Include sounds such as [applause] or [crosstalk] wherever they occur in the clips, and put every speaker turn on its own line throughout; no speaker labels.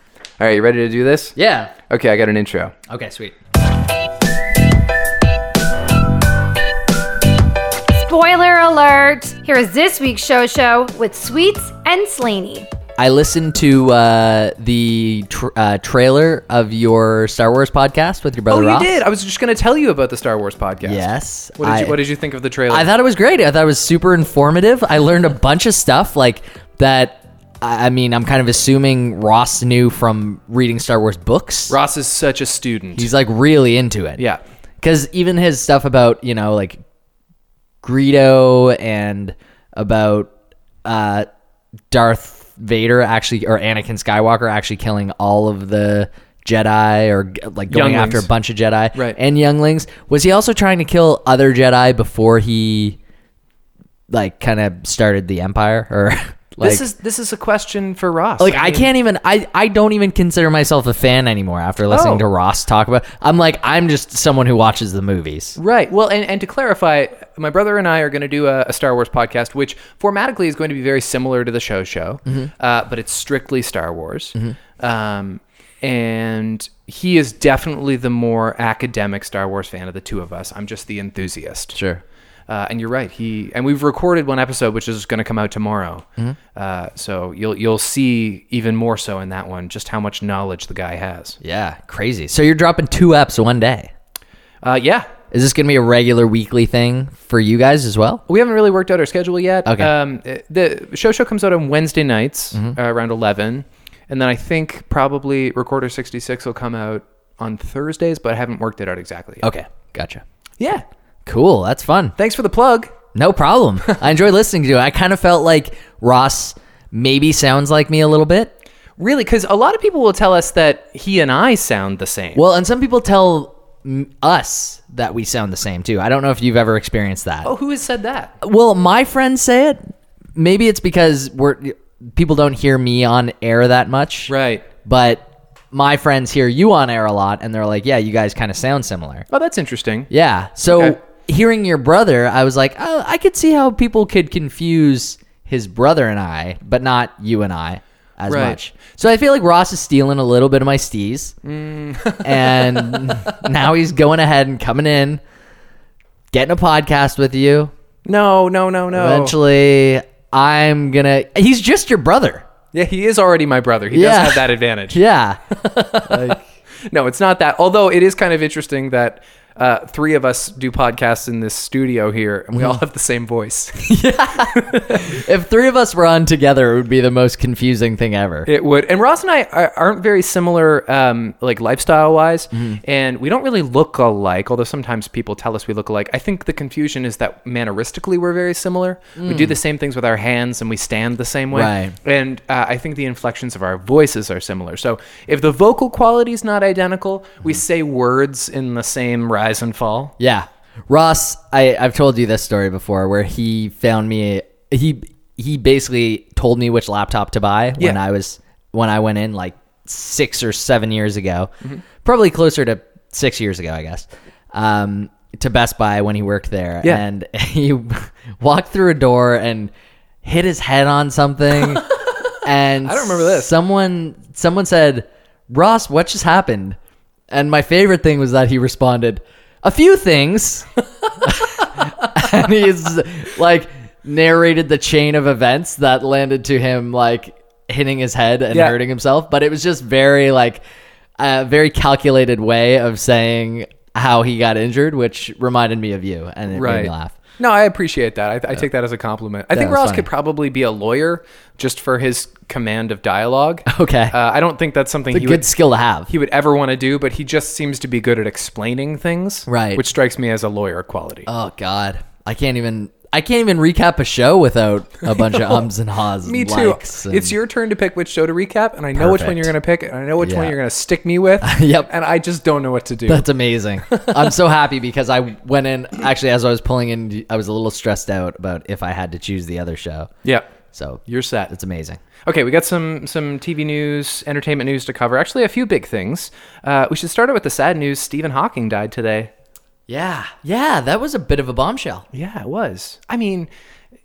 All right, you ready to do this?
Yeah.
Okay, I got an intro.
Okay, sweet.
Spoiler alert! Here is this week's show show with Sweets and Slaney.
I listened to uh, the tr- uh, trailer of your Star Wars podcast with your brother
Oh, you
Ross.
did. I was just going to tell you about the Star Wars podcast.
Yes.
What did,
I,
you, what did you think of the trailer?
I thought it was great. I thought it was super informative. I learned a bunch of stuff like that. I I mean, I'm kind of assuming Ross knew from reading Star Wars books.
Ross is such a student.
He's like really into it.
yeah.
Because even his stuff about, you know, like Greedo and about uh, Darth Vader actually, or Anakin Skywalker actually killing all of the Jedi or g- like going
Younglings.
after a bunch of Jedi
Right.
and younglings. Was he also trying to kill other Jedi before he like kind of started the Empire or [laughs] like.
this is this is a question for Ross.
like I
mean,
can't even I, I don't even consider myself a fan anymore after listening
Oh.
to Ross talk about I'm like I'm just someone who watches the movies.
Right. Well, and, and to clarify, my brother and I are going to do a, a Star Wars podcast, which formatically is going to be very similar to the show show,
Mm-hmm.
uh, but it's strictly Star Wars. Um, and he is definitely the more academic Star Wars fan of the two of us. I'm just the enthusiast.
Sure.
Uh, and you're right. He and we've recorded one episode, which is going to come out tomorrow.
Mm-hmm.
Uh, so you'll you'll see even more so in that one just how much knowledge the guy has.
Yeah, crazy. So you're dropping two apps one day.
Uh, yeah,
Is this going to be a regular weekly thing for you guys as well?
We haven't really worked out our schedule yet.
Okay. Mm-hmm.
Um, uh, the show show comes out on Wednesday nights uh, around eleven, and then I think probably Recorder sixty six will come out on Thursdays, but I haven't worked it out exactly. Yet.
Okay, gotcha.
Yeah.
Cool, that's fun.
Thanks for the plug.
No [laughs] problem. I enjoy listening to it. I kind of felt like Ross maybe sounds like me a little bit.
Really, because a lot of people will tell us that he and I sound the same.
Well, and some people tell mm, us that we sound the same too. I don't know if you've ever experienced that.
oh, who has said that?
Well, my friends say it. Maybe it's because we're people don't hear me on air that much.
Right.
But my friends hear you on air a lot and they're like, "Yeah, you guys kind of sound similar."
Oh, that's interesting.
Yeah. So
Okay.
hearing your brother, I was like, oh, I could see how people could confuse his brother and I, but not you and I as
Right.
much. So I feel like Ross is stealing a little bit of my stees.
Mm. [laughs]
and [laughs] now he's going ahead and coming in, getting a podcast with you.
No, no, no, no.
Eventually, I'm going to. He's just your brother.
Yeah, he is already my brother. He does
Yeah.
have that advantage.
[laughs] Yeah.
No, it's not that. Although it is kind of interesting that uh, three of us do podcasts in this studio here, and we
Mm-hmm.
all have the same voice.
if three of us were on together, it would be the most confusing thing ever.
It would. And Ross and I are, aren't very similar, um, like lifestyle wise, and we don't really look alike. Although sometimes people tell us we look alike. I think the confusion is that manneristically we're very similar. We do the same things with our hands and we stand the same way.
Right.
And uh, I think the inflections of our voices are similar. So if the vocal quality is not identical, we say words in the same rise and fall.
Yeah. Ross, I, I've told you this story before where he found me he he basically told me which laptop to buy when
Yeah.
I was when I went in like six or seven years ago. Probably closer to six years ago, I guess. Um to Best Buy when he worked there.
Yeah.
And [laughs] he walked through a door and hit his head
[laughs]
on something. and
I don't remember this.
Someone someone said, "Ross, what just happened?" And my favorite thing was that he responded, "A few things." [laughs] and he's like narrated the chain of events that landed to him like hitting his head and
Yeah.
hurting himself, but it was just very like a very calculated way of saying how he got injured, which reminded me of you and it made me laugh.
No, I appreciate that. I, I take that as a compliment. I think
was
Ross
funny.
could probably be a lawyer just for his command of dialogue.
[laughs] Okay.
Uh, I don't think that's something he
Good
would,
skill to have.
he would ever want to do, but he just seems to be good at explaining things,
Right.
Which strikes me as a lawyer quality.
Oh God, I can't even. I can't even recap a show without a
[laughs]
bunch of ums and haws. and
me too.
likes and-
It's your turn to pick which show to recap, and I know which one you're going to
Perfect.
pick, and I know which one
Yeah.
you're going to stick me with.
[laughs] Yep.
And I just don't know what to do.
That's amazing. I'm so happy because I went in. Actually, as I was pulling in, I was a little stressed out about if I had to choose the other show.
yeah.
So
You're set.
it's amazing.
Okay, we got some some TV news, entertainment news to cover. Actually, a few big things. Uh, we should start out with the sad news: Stephen Hawking died today.
Yeah, yeah, that was a bit of a bombshell. [laughs]
Yeah, it was. I mean,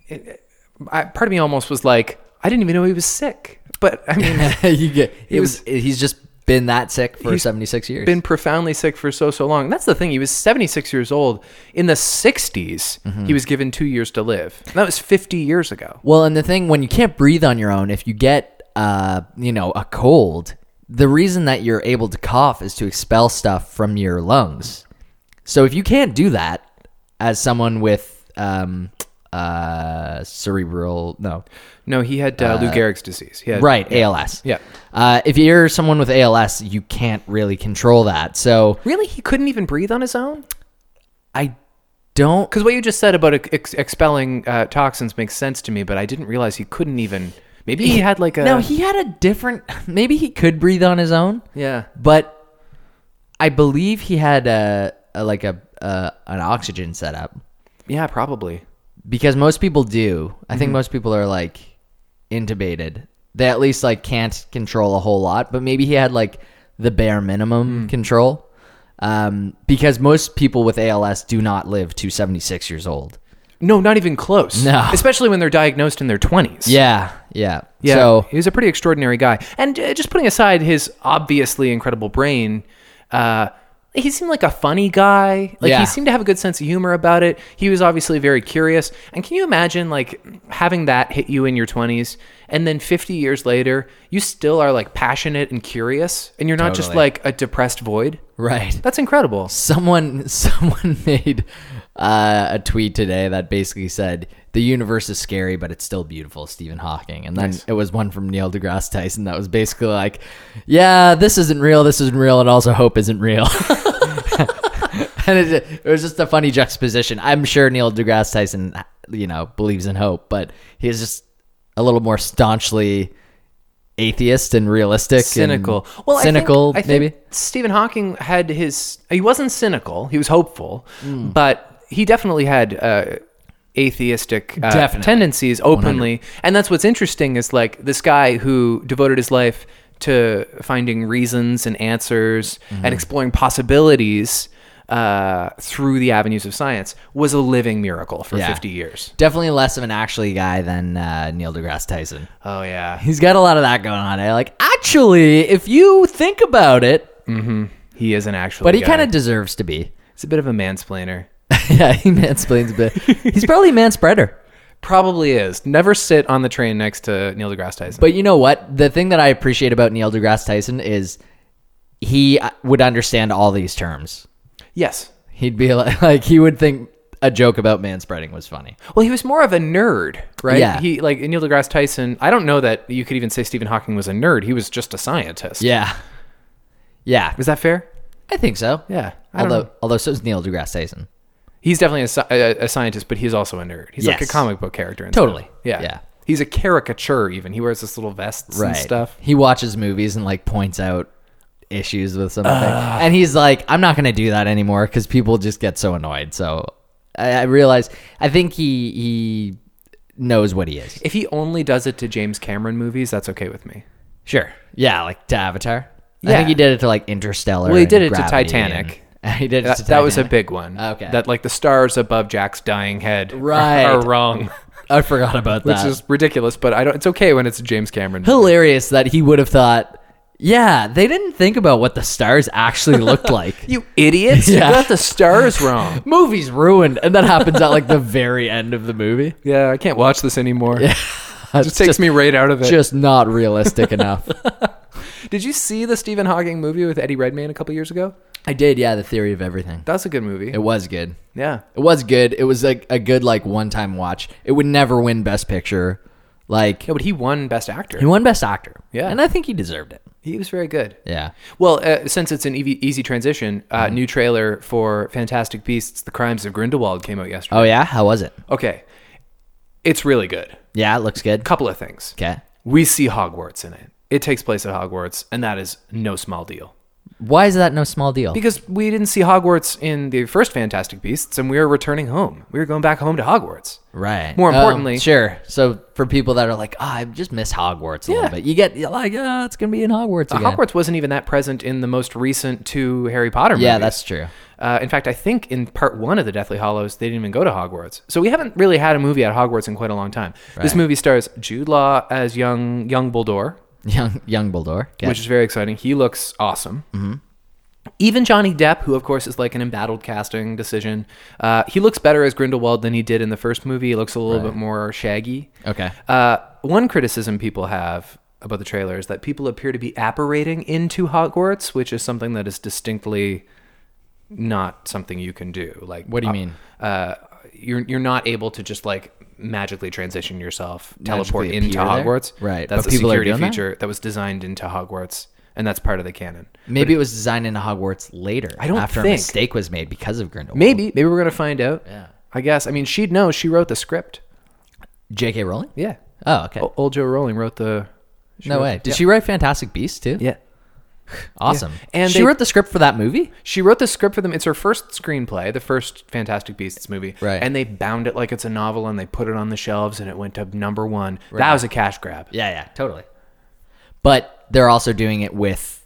it, I,
[laughs]
part of me almost was like, I didn't even know he was sick. But I mean,
you get, it
was-
was. He's just been that sick for
He's
76 years.
been profoundly sick for so so long. And that's the thing. He was 76 years old in the 60s. He was given 2 years to live. And that was 50 years ago.
Well, and the thing when you can't breathe on your own, if you get uh, you know, a cold, the reason that you're able to cough is to expel stuff from your lungs. So if you can't do that as someone with um uh cerebral no
No, he had uh, Lou Gehrig's disease. He had,
right ALS.
Yeah.
Uh, if you're someone with ALS, you can't really control that. So
Really? He couldn't even breathe on his own?
I don't
Because what you just said about ex- expelling uh, toxins makes sense to me, but I didn't realize he couldn't even. Maybe he had like a.
No, he had a different [laughs] maybe he could breathe on his own.
Yeah.
but I believe he had a, a like a, a an oxygen setup
Yeah, probably.
because most people do. I think most people are like intubated. They at least like can't control a whole lot, but maybe he had like the bare minimum control. Um, because most people with ALS do not live to 76 years old.
No, not even close.
No.
Especially when they're diagnosed in their 20s.
Yeah, yeah.
Yeah.
So
he was a pretty extraordinary guy. And uh, just putting aside his obviously incredible brain, uh, he seemed like a funny guy. Like
Yeah.
he seemed to have a good sense of humor about it. He was obviously very curious. And can you imagine like having that hit you in your 20s and then 50 years later, you still are like passionate and curious and you're not just
Totally.
like a depressed void?
right.
That's incredible.
someone [laughs] someone made uh, a tweet today that basically said the universe is scary but it's still beautiful stephen hawking and then it was one from neil degrasse tyson that was basically like yeah this isn't real this isn't real and also hope isn't real [laughs] and it, it was just a funny juxtaposition i'm sure neil degrasse tyson you know believes in hope but he's just a little more staunchly atheist and realistic and
cynical. Well,
cynical
I think, I
maybe
think Stephen Hawking had his. He wasn't cynical. He was hopeful,
Hmm.
but he definitely had uh, atheistic uh,
Definitely.
tendencies openly. And that's what's interesting is like this guy who devoted his life to finding reasons and answers
Mm-hmm.
and exploring possibilities. Uh, through the avenues of science was a living miracle for
Yeah.
50 years.
definitely less of an actually guy than uh, Neil deGrasse Tyson.
Oh, yeah.
He's got a lot of that going on. eh? Like, actually, if you think about it,
He is an actual.
but he
guy.
kind of deserves to be. [laughs]
He's a bit of a mansplainer.
yeah, he mansplains a bit. He's probably [laughs] a manspreader.
Probably is. Never sit on the train next to Neil deGrasse Tyson.
But you know what? The thing that I appreciate about Neil deGrasse Tyson is he uh, would understand all these terms.
yes.
He'd be [laughs] like, like he would think a joke about manspreading was funny.
Well, he was more of a nerd, right?
Yeah.
He like Neil deGrasse Tyson. I don't know that you could even say Stephen Hawking was a nerd. He was just a scientist.
Yeah, yeah,
Is that fair?
I think so.
Yeah. I don't know.
Although, although so's Neil deGrasse Tyson.
he's definitely a, sci- a, a scientist, but he's also a nerd. He's like a
Yes.
comic book character. And
Totally.
stuff. Yeah.
Yeah.
He's a caricature. Even he wears this little vests and stuff.
He watches movies and like points out issues with something, and he's like, "I'm not going to do that anymore because people just get so annoyed." So I, I realize I think he he knows what he is.
If he only does it to James Cameron movies, that's okay with me.
Sure, yeah, like to Avatar. I
Yeah.
think he did it to like Interstellar.
Well, he
and
did it to
Gravity
Titanic.
and- [laughs] he did it
That,
to
that was a
Titanic.
big one.
Okay.
That like the stars above Jack's dying head [laughs] are-
Right.
are
[laughs]
wrong.
I forgot about that.
which is ridiculous. But I don't. It's okay when it's James Cameron.
hilarious that he would have thought. Yeah, they didn't think about what the stars
[laughs]
actually looked like.
[laughs] You idiots!
Yeah.
You got the stars wrong.
Movie's ruined, and that happens at like the very end of the movie.
yeah, I can't watch this
[laughs]
anymore. It
It's
just takes me right out of it.
just not realistic [laughs] enough.
Did you see the Stephen Hawking movie with Eddie Redmayne a couple years ago?
I did, yeah. The theory of everything.
That's a good movie.
It was good.
yeah.
It was good. It was like a good like one time watch. It would never win Best Picture. Like
No, but he won Best Actor.
he won Best Actor.
Yeah.
and I think he deserved it.
He was very good.
Yeah.
Well, uh, since it's an easy, easy transition,
Uh-huh.
uh, new trailer for Fantastic Beasts: The Crimes of Grindelwald came out yesterday.
Oh yeah. How was it?
Okay, it's really good.
Yeah, it looks good.
Couple of things.
Okay.
We see Hogwarts in it. It takes place at Hogwarts, and that is no small deal.
Why is that no small deal?
Because we didn't see Hogwarts in the first Fantastic Beasts, and we were returning home. We were going back home to Hogwarts.
right.
More
Oh,
importantly-
sure. So for people that are like, oh, I just miss Hogwarts a
Yeah.
little bit. You get you're like, oh, it's gonna be in Hogwarts again.
Hogwarts wasn't even that present in the most recent two Harry Potter movies.
Yeah, that's true. [laughs]
Uh, in fact, I think in part one of the Deathly Hollows, they didn't even go to Hogwarts. So we haven't really had a movie at Hogwarts in quite a long time. This movie stars Jude Law as young young Bulldor.
Young young Baldor. Yeah. Mm-hmm.
which is very exciting. He looks awesome. Even Johnny Depp, who of course is like an embattled casting decision, uh, he looks better as Grindelwald than he did in the first movie. He looks a little bit more shaggy.
okay.
Uh, one criticism people have about the trailer is that people appear to be apparating into Hogwarts, which is something that is distinctly not something you can do. Like,
What do you
uh,
mean?
Uh, you're you're not able to just like magically transition yourself, teleport
Magically
into
appear there?
Hogwarts.
Right,
That's
but
a
people are
security
doing that?
feature that? was designed into Hogwarts, and that's part of the canon.
Maybe it was designed into Hogwarts later.
I don't
after
think-
a mistake was made because of Grindelwald.
Maybe maybe we're gonna find out.
Yeah.
I guess. I mean, she'd know. She wrote the script.
J.K. Rowling.
Yeah.
Oh, okay.
O- Old Joe Rowling wrote the. she
no
wrote-
way. Did
yeah.
she write Fantastic Beasts too?
Yeah.
Awesome.
And
And she
they-
wrote the script for that movie.
She wrote the script for them. It's her first screenplay, the first Fantastic Beasts movie.
Right.
And they bound it like it's a novel and they put it on the shelves and it went to number one. That was a cash grab.
Yeah, yeah, totally. But they're also doing it with.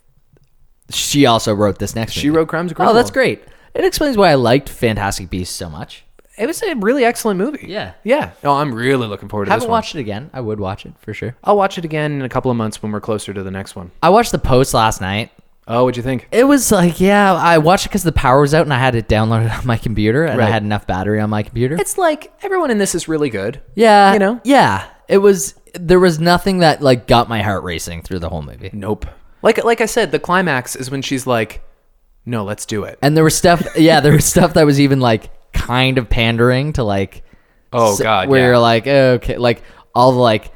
She also wrote this next.
She
movie.
wrote Crimes of
Oh, that's
Grindelwald.
great. It explains why I liked Fantastic Beasts so much.
It was a really excellent movie.
Yeah.
Yeah. No, I'm really looking forward to
Haven't
this one.
watched it again. I would watch it for sure.
I'll watch it again in a couple of months when we're closer to the next one.
I watched the post last night.
Oh, what'd you think?
It was like, yeah, I watched it because the power was out and I had it downloaded [laughs] on my computer and I
Right.
had enough battery on my computer.
It's like everyone in this is really good.
yeah,
you know?
yeah. It was. There was nothing that like got my heart racing through the whole movie.
Nope. Like like I said, the climax is when she's like, No, let's do it.
And there was stuff. [laughs] yeah, there was stuff that was even like kind of pandering to like.
Oh
s-
god.
where
yeah.
you're like, oh, okay, like all the like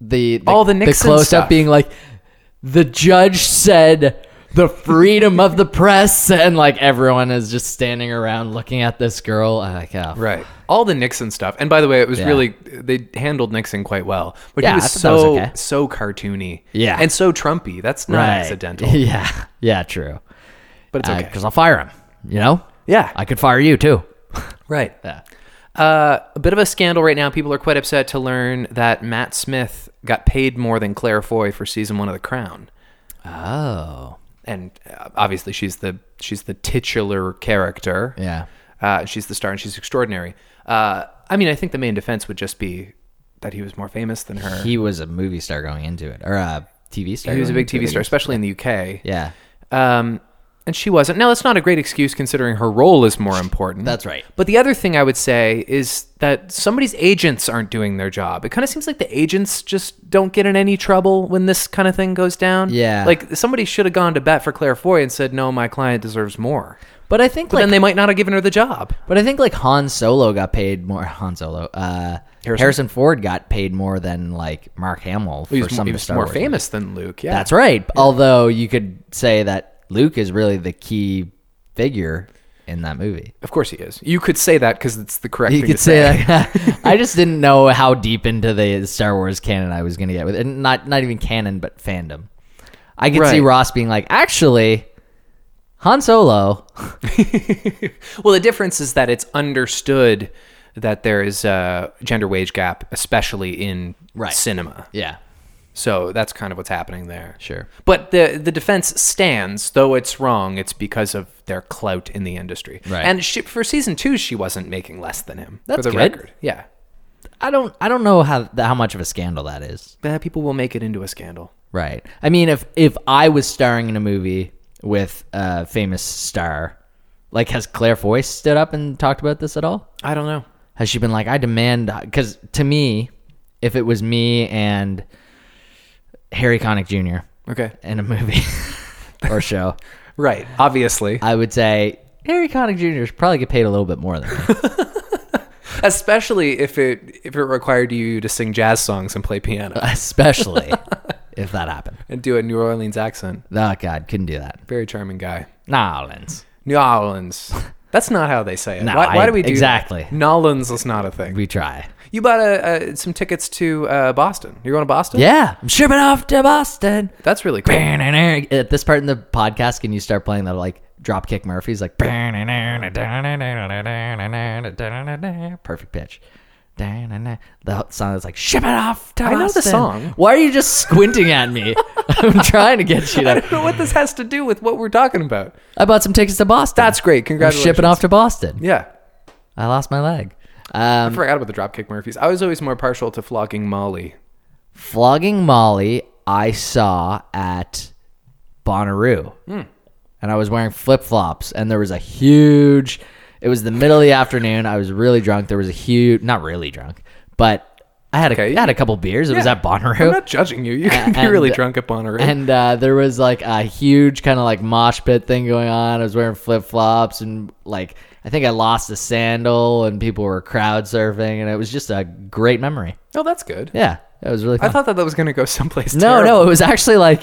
the, the
All the Nixon
close
stuff.
up being like, the judge said the freedom of the press, and like everyone is just standing around looking at this girl. I'm like, oh,
Right. All the Nixon stuff. And by the way, it was
Yeah.
really they handled Nixon quite well. But
Yeah,
he
I
was
thought that was
so so
okay.
cartoony.
Yeah.
And so Trumpy. That's not
right,
accidental.
[laughs] yeah, yeah, true.
But it's okay.
Because I'll fire him. You know,
yeah.
I could fire you too.
right.
Yeah.
Uh, a bit of a scandal right now. People are quite upset to learn that Matt Smith got paid more than Claire Foy for season one of The Crown.
Oh,
And uh, obviously she's the she's the titular character.
yeah.
Uh, she's the star and she's extraordinary. Uh, I mean, I think the main defense would just be that he was more famous than her.
He was a movie star going into it, or a TV star.
he was a
going
big
into
TV
it.
star, especially in the UK.
Yeah,
Um, and she wasn't. Now, that's not a great excuse considering her role is more important.
That's right.
But the other thing I would say is that somebody's agents aren't doing their job. It kind of seems like the agents just don't get in any trouble when this kind of thing goes down.
Yeah.
Like somebody should have gone to bat for Claire Foy and said, no, my client deserves more.
but I think
But
like
then they might not have given her the job.
But I think like Han Solo got paid more. Han Solo, uh,
Harrison?
Harrison? Ford got paid more than like Mark Hamill for
He was,
some
he
of the
was
Star
more
Wars movies.
famous than Luke. Yeah.
That's right. Although you could say that Luke is really the key figure in that movie.
Of course he is. You could say that because it's the correct
You
thing
could
to say. [laughs]
say that. I just didn't know how deep into the Star Wars canon I was going to get with it. And Not not even canon, but fandom. I could see
Right.
Ross being like, actually, Han Solo.
[laughs] Well, the difference is that it's understood that there is a gender wage gap, especially in
Right.
cinema.
Yeah,
So that's kind of what's happening there.
sure.
But the the defense stands, though it's wrong. It's because of their clout in the industry.
Right.
And she, for season two, she wasn't making less than him.
That's
for the
good.
record. Yeah.
I don't I don't know how how much of a scandal that is.
But people will make it into a scandal.
Right. I mean, if if I was starring in a movie with a famous star, like has Claire Foy stood up and talked about this at all?
I don't know.
Has she been like, I demand? Because to me, if it was me and Harry Connick Jr.
Okay.
in a movie [laughs] or show,
Right. Obviously.
I would say Harry Connick Jr. should probably get paid a little bit more than me.
Especially if it if it required you to sing jazz songs and play piano [laughs]
especially if that happened.
and do a New Orleans accent.
Oh God, couldn't do that.
Very charming guy.
Nah, Lens.
New Orleans. That's not how they say it.
No,
why, why
I-
do we do that?
exactly.
New Orleans is not a thing.
We try.
You bought uh uh some tickets to uh, Boston. You're going to Boston?
Yeah, I'm shipping off to Boston.
That's really cool.
at this part in the podcast, can you start playing that like Dropkick Murphys like perfect pitch? The whole song is like ship it off to
I know the
Boston."
song.
Why are you just squinting
[laughs]
at me? I'm trying to get you.
I
To,
don't know what this has to do with what we're talking about.
I bought some tickets to Boston.
That's great.
I'm
Congratulations.
shipping off to Boston.
Yeah.
I lost my leg.
I
Um,
forgot about the Dropkick Murphys. I was always more partial to flogging Molly.
flogging Molly. I saw at Bonnaroo.
Hmm.
And I was wearing flip flops, and there was a huge. It was the middle of the afternoon. I was really drunk. There was a huge, not really drunk, but I had a,
Okay.
I had a couple beers. It was
Yeah.
at Bonnaroo.
I'm not judging you. You can be
and-
really drunk at Bonnaroo.
And uh, there was like a huge kind of like mosh pit thing going on. I was wearing flip flops and like I think I lost a sandal and people were crowd surfing and it was just a great memory.
oh, that's good.
Yeah, that was really
I
fun.
thought that that was going to go someplace.
no, no,
terrible.
it was
[laughs]
actually like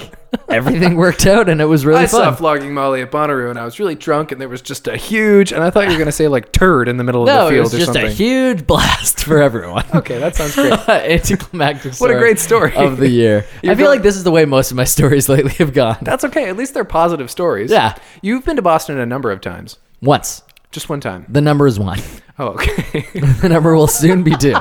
everything worked out and it was really
I saw
fun.
flogging Molly at Bonnaroo, and I was really drunk, and there was just a huge. And I thought you were going to say like turd in the middle
no,
of the
it
field
was
or
just
something.
a huge [laughs] blast for everyone.
okay, that sounds great.
[laughs] Anticlimactic.
What a great story.
of the year. I
[laughs] You're
feel
going-
like this is the way most of my stories [laughs] lately have gone.
That's okay. At least they're positive stories.
Yeah.
You've been to Boston a number of times.
Once
Just one time.
the number is one, [laughs]
Oh, okay.
the number will soon be
[laughs]
two.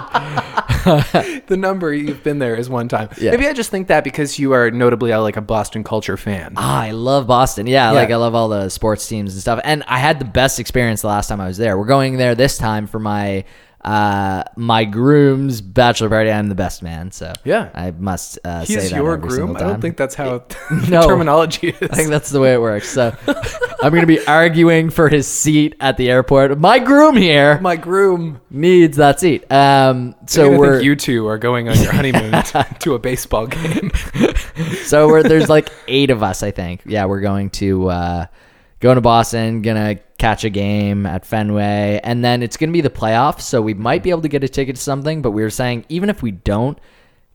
the number you've been there is one time.
Yeah.
Maybe I just think that because you are notably uh, like a Boston culture fan.
Ah, I love Boston. Yeah, like I love all the sports teams and stuff. And I had the best experience the last time I was there. We're going there this time for my uh my groom's bachelor party. I'm the best man, so
Yeah.
I must uh, say
He's
that
your
every
groom.
single
I
time.
don't think that's how [laughs]
No.
terminology is.
[laughs] I think that's the way it works.
[laughs]
So I'm going to be arguing for his seat at the airport. My groom here
my groom.
needs that seat. Um,
So
so we're
think you two are going on your
[laughs]
honeymoon to- to a baseball game.
so we're there's like eight of us, I think. Yeah, we're going to uh, going to Boston, gonna catch a game at Fenway, and then it's gonna be the playoffs. So we might be able to get a ticket to something. But we were saying even if we don't,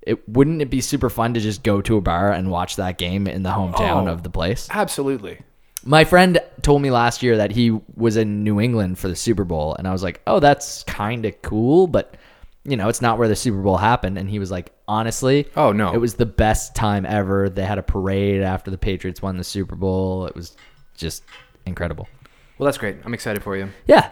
it wouldn't it be super fun to just go to a bar and watch that game in the hometown
Oh.
of the place?
Absolutely.
My friend told me last year that he was in New England for the Super Bowl, and I was like, "Oh, that's kind of cool," but you know, it's not where the Super Bowl happened. And he was like, "Honestly,
Oh, no.
it was the best time ever. They had a parade after the Patriots won the Super Bowl. It was just incredible."
Well, that's great. I'm excited for you.
Yeah,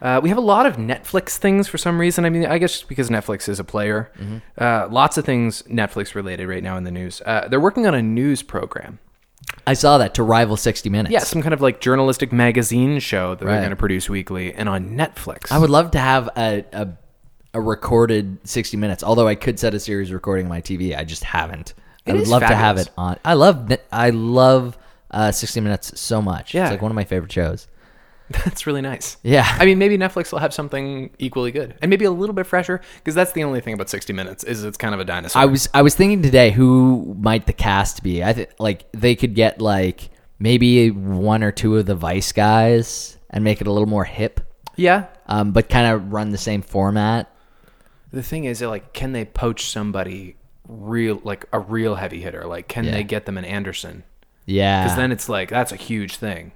Uh, we have a lot of Netflix things for some reason. I mean, I guess just because Netflix is a player. Uh, lots of things Netflix related right now in the news. Uh, they're working on a news program.
I saw that to rival 60 Minutes.
Yeah, some kind of like journalistic magazine show that
Right.
they're going to produce weekly and on Netflix. [laughs]
I would love to have a. a a recorded 60 minutes although i could set a series recording on my tv i just haven't i
It
would
is
love to have
fabulous.
it on i love th- i love uh 60 minutes so much
Yeah.
it's like one of my favorite shows
that's really nice.
Yeah.
I mean, maybe Netflix will have something equally good and maybe a little bit fresher because that's the only thing about 60 Minutes is it's kind of a dinosaur.
i was i was thinking today who might the cast be i think like they could get like maybe one or two of the vice guys and make it a little more hip
yeah.
um but kind of run the same format
The thing is, like, can they poach somebody real, like a real heavy hitter? Like, can
Yeah.
they get them an Anderson?
yeah
Because then it's like that's a huge thing.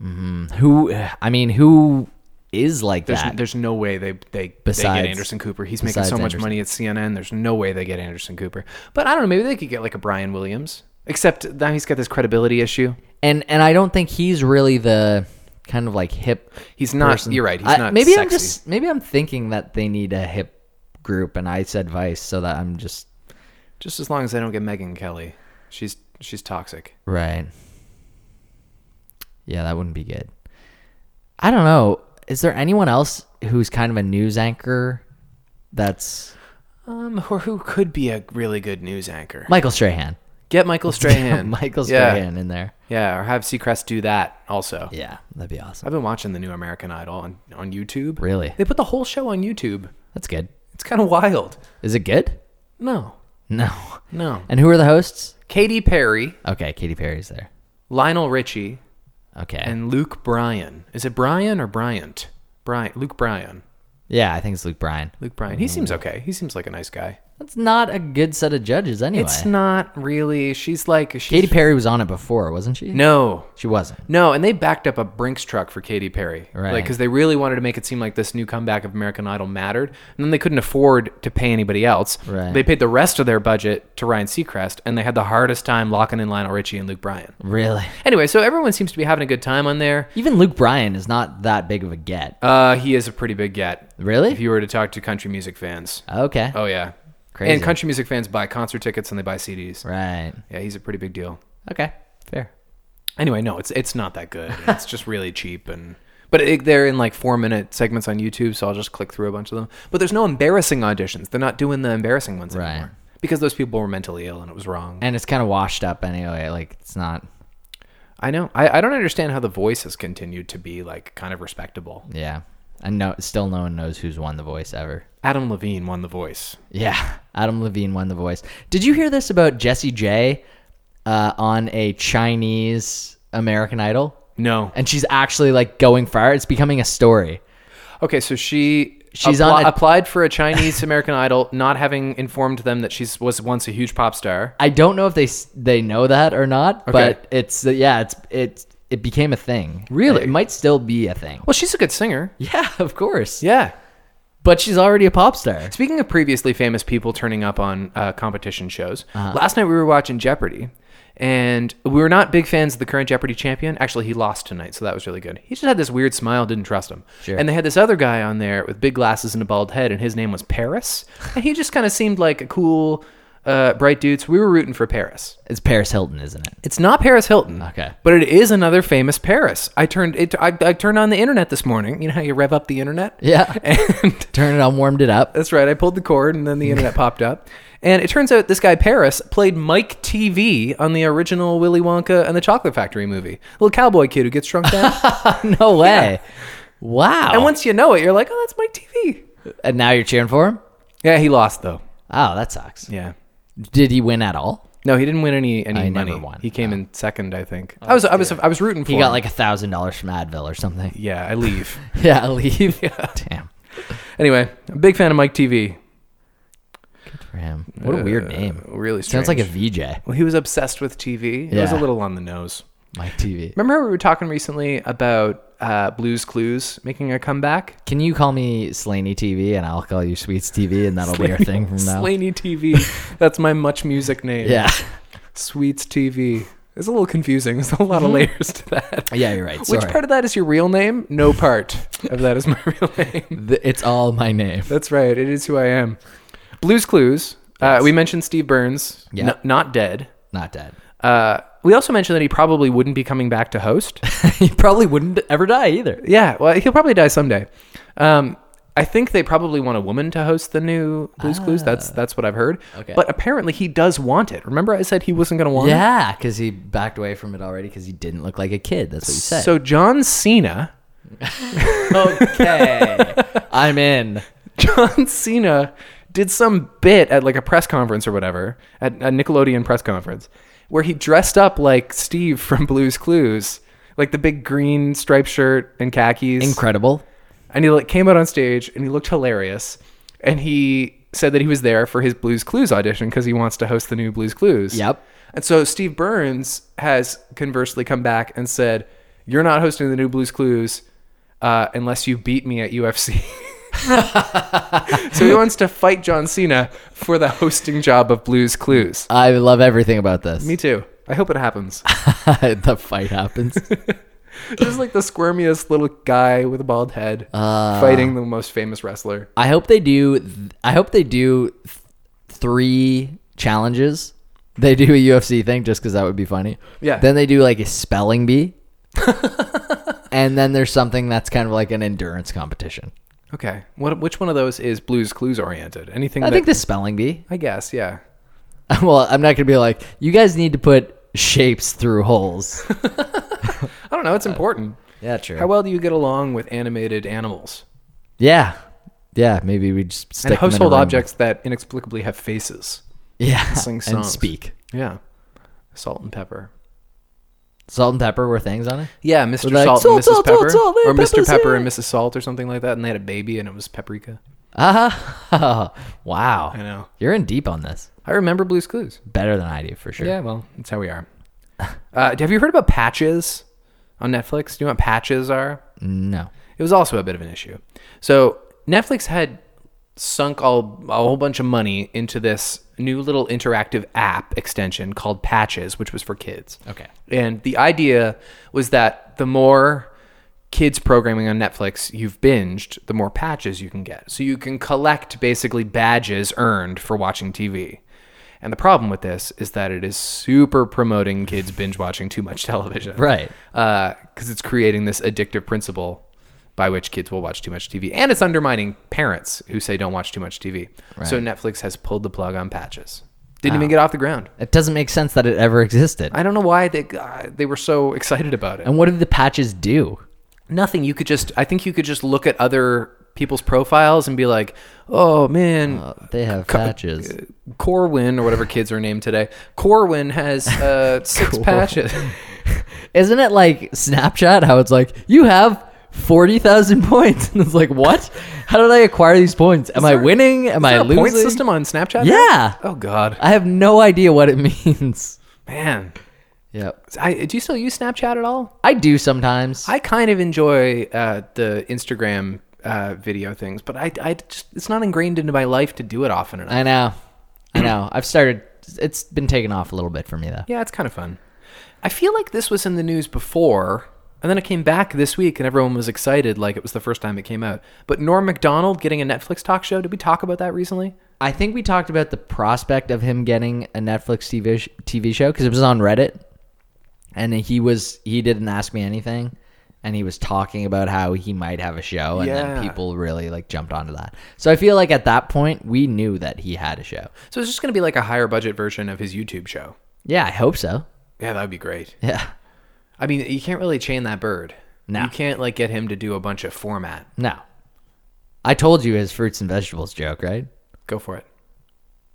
who i mean who is like
There's,
that
there's no way they they, they
Besides-
get Anderson Cooper. He's making
besides
so much
Anderson.
money at CNN. There's no way they get Anderson Cooper. But I don't know. Maybe they could get like a Brian Williams. Except now he's got this credibility issue.
and and I don't think he's really the kind of like hip.
He's not.
person.
You're right. He's
I-
not.
Maybe
sexy.
I'm just maybe I'm thinking that they need a hip group, and I said Vice, so that I'm just
just as long as they don't get Megan Kelly. She's she's toxic.
right. Yeah, that wouldn't be good. I don't know. Is there anyone else who's kind of a news anchor? That's
Um, or who could be a really good news anchor?
Michael Strahan. [laughs]
Get Michael Strahan.
Michael
Yeah.
Strahan in there.
Yeah, or have Seacrest do that also.
Yeah, that'd be awesome.
I've been watching the new American Idol on, on YouTube.
Really?
They put the whole show on YouTube.
That's good.
It's kind of wild.
Is it good? [laughs]
No,
No.
no.
And who are the hosts?
Katy Perry,
Okay, Katy Perry's there.
Lionel Richie,
Okay.
and Luke Bryan. Is it Bryan or Bryant? Bryant. Luke Bryan.
yeah, I think it's Luke Bryan.
Luke Bryan. He seems okay. He seems like a nice guy.
That's not a good set of judges anyway.
It's not really. She's like she's,
Katy Perry was on it before, wasn't she?
No,
She wasn't.
No, and they backed up a Brinks truck for Katy Perry,
Right.
Like, because they really wanted to make it seem like this new comeback of American Idol mattered, and then they couldn't afford to pay anybody else.
Right.
They paid the rest of their budget to Ryan Seacrest, and they had the hardest time locking in Lionel Richie and Luke Bryan.
Really?
Anyway, so everyone seems to be having a good time on there.
Even Luke Bryan is not that big of a get.
Uh, he is a pretty big get.
Really?
If you were to talk to country music fans,
Okay.
oh yeah,
Crazy.
And country music fans buy concert tickets and they buy CDs.
Right.
Yeah, he's a pretty big deal.
Okay. Fair.
Anyway, no, it's it's not that good. [laughs] It's just really cheap and but it, they're in like four minute segments on YouTube, so I'll just click through a bunch of them. But there's no embarrassing auditions. They're not doing the embarrassing ones
Right.
anymore. because those people were mentally ill and it was wrong.
and it's kind of washed up anyway. Like it's not.
I know. I, I don't understand how the voice has continued to be like kind of respectable.
Yeah, and no, still no one knows who's won the voice ever.
Adam Levine won the voice.
Yeah, [laughs] Adam Levine won the voice. Did you hear this about Jesse J uh, on a Chinese American Idol?
No.
And she's actually like going far. It's becoming a story.
Okay, so she
She's
she's
on a-
applied for a Chinese American [laughs] Idol, not having informed them that she's was once a huge pop star.
I don't know if they s- they know that or not, but it's uh, yeah, it's it's it became a thing.
Really?
it might still be a thing.
Well, she's a good singer.
Yeah, [laughs] of course.
Yeah.
but she's already a pop star.
Speaking of previously famous people turning up on uh, competition shows,
Uh-huh.
last night we were watching Jeopardy, and we were not big fans of the current Jeopardy champion. Actually, he lost tonight, so that was really good. He just had this weird smile, didn't trust him.
Sure.
And they had this other guy on there with big glasses and a bald head, and his name was
[laughs]
Paris, and he just kind of seemed like a cool, uh, bright dude. So we were rooting for Paris.
It's Paris Hilton, isn't it?
It's not Paris Hilton.
Okay.
But it is another famous Paris. I turned it. I, I turned on the internet this morning. You know how you rev up the internet?
[laughs] Yeah.
And
Turn it on, warmed it up.
that's right. I pulled the cord, and then the internet popped up. And it turns out this guy Paris played Mike TV on the original Willy Wonka and the Chocolate Factory movie. Little cowboy kid who gets shrunk down.
[laughs] [laughs] No way. Wow.
and once you know it, you're like, oh, that's Mike TV.
And now you're cheering for him?
Yeah, he lost though.
Oh, that sucks.
Yeah.
Did he win at all?
No, he didn't win any any
I never
money.
won. Oh,
He came in second, I think. I was I was I was rooting for.
He
him.
got like a thousand dollars from Advil or [laughs] something.
yeah. I leave. [laughs]
Yeah, I'll leave. Damn.
anyway, I'm a big fan of Mike TV.
For him. What a weird
Uh,
name.
Really strange.
Sounds like a VJ.
Well, he was obsessed with TV. It was a
Yeah.
little on the nose.
Mike TV.
Remember we were talking recently about uh, Blues Clues making a comeback?
Can you call me Slaney TV and I'll call you Sweets TV and that'll be our thing from now.
Slaney
[laughs]
TV. That's my much music name.
Yeah. [laughs]
Sweets TV. It's a little confusing. There's a lot of layers to that.
Yeah, you're right.
Which
Mm-hmm. Sorry.
part of that is your real name? No part of that is my [laughs] real name.
Th- it's all my name.
That's right. It is who I am. Blues Clues. Uh, we mentioned Steve Burns.
Yeah.
n- not dead.
Not dead. [laughs]
Uh, we also mentioned that he probably wouldn't be coming back to host.
he probably wouldn't ever die either.
Yeah, well, he'll probably die someday. Um, I think they probably want a woman to host the new Blues Clues. That's that's what I've heard.
Ah. Okay.
But apparently he does want it. Remember, I said he wasn't going to want
Yeah, because he backed away from it already because he didn't look like a kid. That's what you
it.
said.
So John Cena, [laughs]
okay, [laughs] I'm in.
John Cena did some bit at like a press conference or whatever at a Nickelodeon press conference where he dressed up like Steve from Blues Clues, like the big green striped shirt and khakis.
Incredible.
and he like came out on stage and he looked hilarious and he said that he was there for his blues clues audition because he wants to host the new blues clues
Yep.
and so steve burns has conversely come back and said you're not hosting the new blues clues uh, unless you beat me at ufc [laughs] so he wants to fight john cena for the hosting job of blues clues
I love everything about this.
me too i hope it happens [laughs]
[laughs] the fight happens.
just like the squirmiest little guy with a bald head fighting the most famous wrestler
I hope they do. th- I hope they do th- three challenges. They do a UFC thing just because that would be funny.
Yeah.
Then they do like a
[laughs]
spelling bee, and then there's something that's kind of like an endurance competition.
Okay. What? Which one of those is Blues Clues oriented? Anything?
I
that,
think the spelling bee. [laughs]
I guess. Yeah.
Well, I'm not gonna be like you guys need to put shapes through
[laughs]
holes.
I don't know. It's important.
Uh, Yeah, true.
How well do you get along with animated animals
yeah, yeah. Maybe we just
and
stick them in a
household
room.
objects that inexplicably have faces?
[laughs] Yeah,
sing
and
songs.
speak.
Yeah. Salt and pepper.
Salt and pepper were things on it. [laughs]
Yeah, Mr.
like,
Salt,
"Salt,
and Mrs.
salt,
Pepper,
salt, salt,
or
and
Mr.
pepper's
Pepper
here."
and Mrs. Salt, or something like that, and they had a baby, and it was Paprika.
Ah, wow.
I know.
You're in deep on this.
I remember Blues Clues.
Better than I do for sure.
Yeah, well, that's how we are. Uh, have you heard about patches on Netflix? Do you know what patches are?
No.
It was also a bit of an issue. So Netflix had sunk all a whole bunch of money into this new little interactive app extension called Patches, which was for kids.
Okay.
And the idea was that the more kids programming on Netflix you've binged, the more patches you can get. So you can collect basically badges earned for watching TV. And the problem with this is that it is super promoting kids binge watching too much [laughs] television
Right.
because Uh, it's creating this addictive principle by which kids will watch too much TV, and it's undermining parents who say don't watch too much TV. So Netflix has pulled the plug on patches. Didn't even get off the ground.
It doesn't make sense that it ever existed.
I don't know why they uh, they were so excited about it.
and what did the patches do?
Nothing. You could just. I think you could just look at other people's profiles and be like, "Oh man,
Uh, they have patches.
Corwin or whatever kids are named today. Corwin has
[laughs]
uh, six [laughs]
Corwin.
patches.
Isn't it like Snapchat? How it's like you have forty thousand [laughs] points, and it's like what? How did I acquire these points? Am I winning? Am
Is
I
there a
losing?
point system on Snapchat? now?
Yeah.
Oh God,
I have no idea what it [laughs] means.
man.
Yep.
I, do you still use Snapchat at all?
I do sometimes.
I kind of enjoy uh, the Instagram uh, video things, but I, I just, it's not ingrained into my life to do it often enough.
I know. I know. I've started. It's been taken off a little bit for me though.
Yeah, it's kind of fun. I feel like this was in the news before, and then it came back this week, and everyone was excited like it was the first time it came out. But Norm Macdonald getting a Netflix talk show. Did we talk about that recently?
I think we talked about the prospect of him getting a Netflix TV sh- TV show because it was on Reddit, and he was he didn't ask me anything, and he was talking about how he might have a show, and
Yeah.
then people really like jumped onto that. So I feel like at that point we knew that he had a show.
So it's just going to be like a higher budget version of his YouTube show.
Yeah, I hope so.
Yeah, that would be great.
Yeah,
I mean, you can't really chain that bird.
No.
You can't like get him to do a bunch of format.
no, I told you his fruits and vegetables joke, right?
Go for it.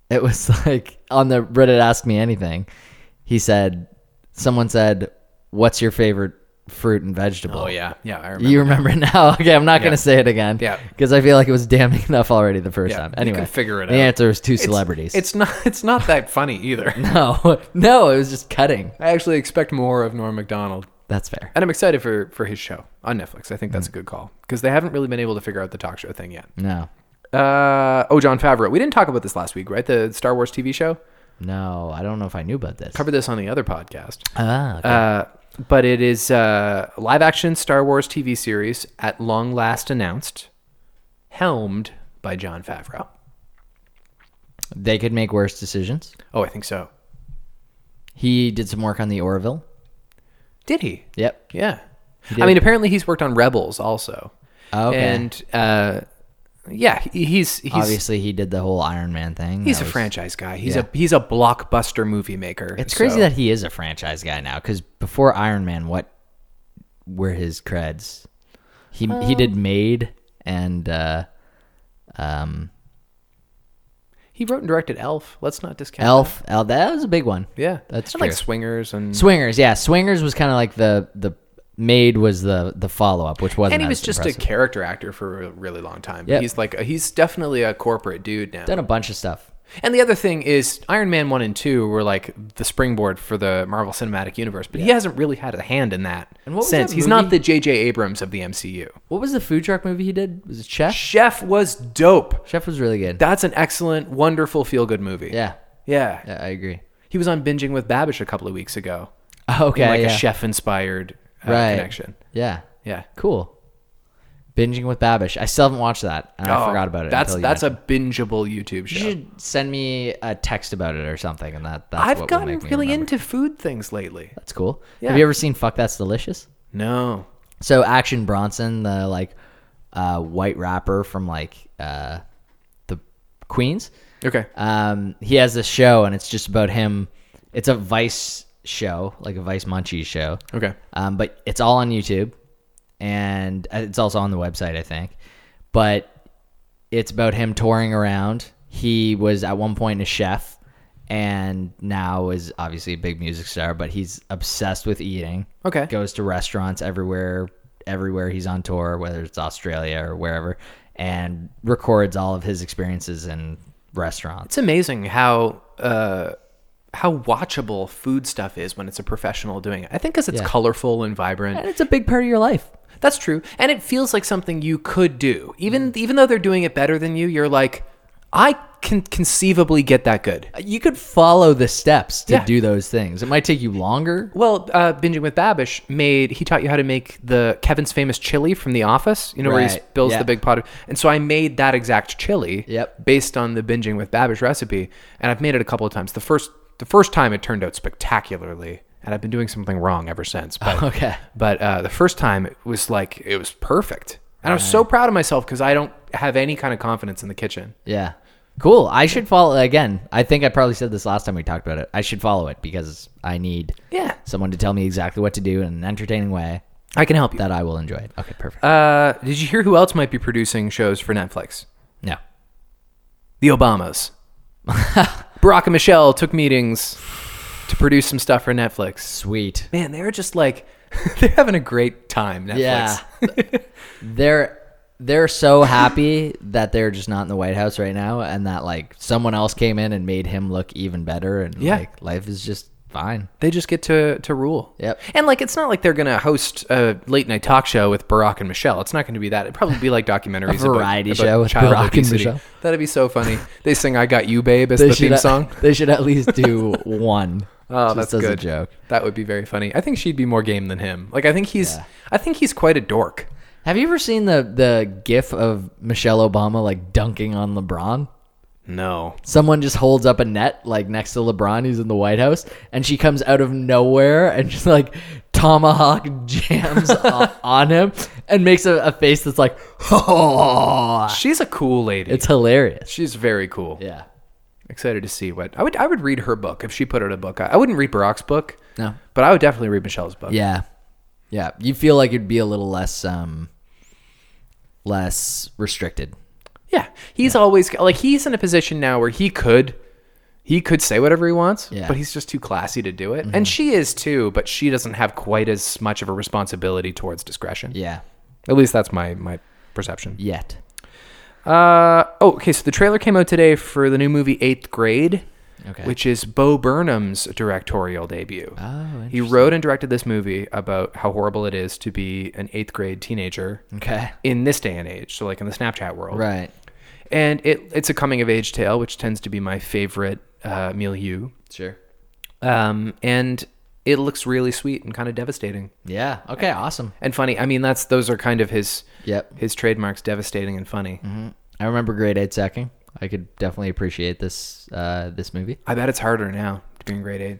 It was [laughs] like on the Reddit Ask Me Anything. He said, someone said, "What's your favorite fruit and vegetable?"
Oh yeah, yeah. I remember.
You remember it now? [laughs] Okay, I'm not going to say it again.
Yeah.
Because I feel like it was damning [laughs] enough already the first
Yeah,
time.
you
Anyway,
can figure it
the
out.
answer is two celebrities.
It's not. [laughs] It's not that funny either.
[laughs] no, [laughs] no, it was just cutting.
I actually expect more of Norm Macdonald,
That's fair.
and I'm excited for for his show on Netflix. I think
Hmm.
that's a good call because they haven't really been able to figure out the talk show thing yet.
No,
Uh, oh, John Favreau. We didn't talk about this last week, right? The Star Wars TV show.
no, I don't know if I knew about this.
Covered this on the other podcast.
ah, okay.
Uh, but it is uh, live action Star Wars TV series at long last announced, helmed by John Favreau.
they could make worse decisions.
Oh, I think so.
He did some work on the Orville.
Did he?
Yep.
Yeah.
did.
I mean, apparently he's worked on Rebels also.
Okay.
And uh, yeah, he- he's he's
Obviously, he did the whole Iron Man thing.
he's
That
a
was-
franchise guy. He's
yeah.
a he's a blockbuster movie maker.
It's crazy
so-
that he is a franchise guy now. Because before Iron Man, what were his creds? He he
Um,
did Made and uh, um,
he wrote and directed Elf. Let's not discount.
Elf. Elf. That was a big one.
Yeah,
That's
and like
true.
Swingers and
Swingers. Yeah, Swingers was kind of like the the Made was the the follow up, which wasn't.
and he
as
was just
impressive.
a character actor for a really long time.
Yep.
He's like he's definitely a corporate dude now.
done a bunch of stuff.
And the other thing is Iron Man 1 and 2 were like the springboard for the Marvel Cinematic Universe, but he hasn't really had a hand in that
And what was
since.
that
He's not
movie?
the J.J. Abrams of the MCU.
What was the food truck movie he did? Was it Chef?
Chef was dope.
Chef was really good.
That's an excellent, wonderful feel good movie.
yeah,
yeah.
yeah, I agree. [laughs]
He was on Binging with Babish a couple of weeks ago.
Okay,
in like
yeah.
a chef inspired uh,
right.
connection.
Yeah,
Yeah.
cool. Binging with Babish. I still haven't watched that, and I
Oh,
forgot about it.
That's
until you
that's a
mentioned
bingeable YouTube
it.
show.
You should send me a text about it or something, and that that's
I've
what will
gotten
make me
really
remember.
into food things lately.
That's cool.
Yeah.
Have you ever seen Fuck That's Delicious?
No.
So Action Bronson, the like uh, white rapper from like uh, the Queens,
Okay.
um, he has this show, and it's just about him. It's a Vice show, like a Vice Munchies show.
Okay.
Um, but it's all on YouTube, and uh, it's also on the website, I think. But it's about him touring around. He was at one point a chef, and now is obviously a big music star. But he's obsessed with eating.
Okay.
goes to restaurants everywhere, everywhere he's on tour, whether it's Australia or wherever, and records all of his experiences in restaurants.
It's amazing how uh, how watchable food stuff is when it's a professional doing it. I think because it's
Yeah.
colorful and vibrant.
And it's a big part of your life.
That's true, and it feels like something you could do. Even
Mm.
even though they're doing it better than you, you're like, I can conceivably get that good.
You could follow the steps to
Yeah.
do those things. It might take you longer.
Well, uh, binging with Babish made he taught you how to make the Kevin's famous chili from The Office. You know where he
Right,
spills
yeah.
the big pot. Of, and so I made that exact chili.
Yep.
Based on the binging with Babish recipe, and I've made it a couple of times. The first the first time it turned out spectacularly, and I've been doing something wrong ever since. But,
[laughs] Okay.
But uh, the first time it was like it was perfect, and I was so proud of myself because I don't have any kind of confidence in the kitchen.
Yeah. Cool. I should follow again. I think I probably said this last time we talked about it. I should follow it because I need
Yeah.
someone to tell me exactly what to do in an entertaining way
I can help you.
that I will enjoy it. Okay, perfect.
Uh, did you hear who else might be producing shows for Netflix?
no.
The
[laughs]
Obamas. Barack and Michelle took meetings to produce some stuff for Netflix.
Sweet.
Man, they're just like [laughs] they're having a great time. Netflix.
Yeah. they're they're so happy that they're just not in the White House right now and that like someone else came in and made him look even better and
Yeah.
like life is just fine.
[laughs] they just get to to rule.
Yep.
And like, it's not like they're gonna host a late night talk show with Barack and Michelle. It's not going to be that. It'd probably be like documentaries, about-
variety
about
show with
child
Barack and
obesity.
Michelle.
That'd be so
[laughs]
funny. They sing "I Got You, Babe" as the theme song.
they should at
[laughs]
least do one.
Oh,
just
that's
as
good.
a joke.
That would be very funny. I think she'd be more game than him. Like, I think he's, I think he's quite a dork.
Have you ever seen the the gif of Michelle Obama like dunking on LeBron?
No.
Someone just holds up a net like next to LeBron who's in the White House and she comes out of nowhere and [laughs] just like tomahawk [laughs] jams o- on him and makes a, a face that's like [laughs]
She's a cool lady.
it's hilarious.
She's very cool.
Yeah.
Excited to see what I would. I would read her book if she put out a book. I, I wouldn't read Barack's book.
No.
But I would definitely read Michelle's book.
Yeah. Yeah, you feel like it'd be a little less um less restricted.
Yeah, he's always like he's in a position now where he could he could say whatever he wants,
Yeah. Mm-hmm.
but he's just too classy to do it. And she is too, but she doesn't have quite as much of a responsibility towards discretion.
Yeah.
At least that's my my perception.
Yet.
Uh oh, okay, so the trailer came out today for the new movie 8th Grade.
Okay.
Which is Bo Burnham's directorial debut.
Oh,
he wrote and directed this movie about how horrible it is to be an eighth grade teenager
Okay.
in this day and age. So, like in the Snapchat world,
Right.
and it it's a coming of age tale, which tends to be my favorite uh, milieu.
Sure.
Um, and it looks really sweet and kind of devastating
Yeah. Okay. Awesome.
and funny. I mean, that's those are kind of his
Yep.
his trademarks: devastating and funny.
I remember grade eight sucking. I could definitely appreciate this uh, this movie.
I bet it's harder now to be in grade eight.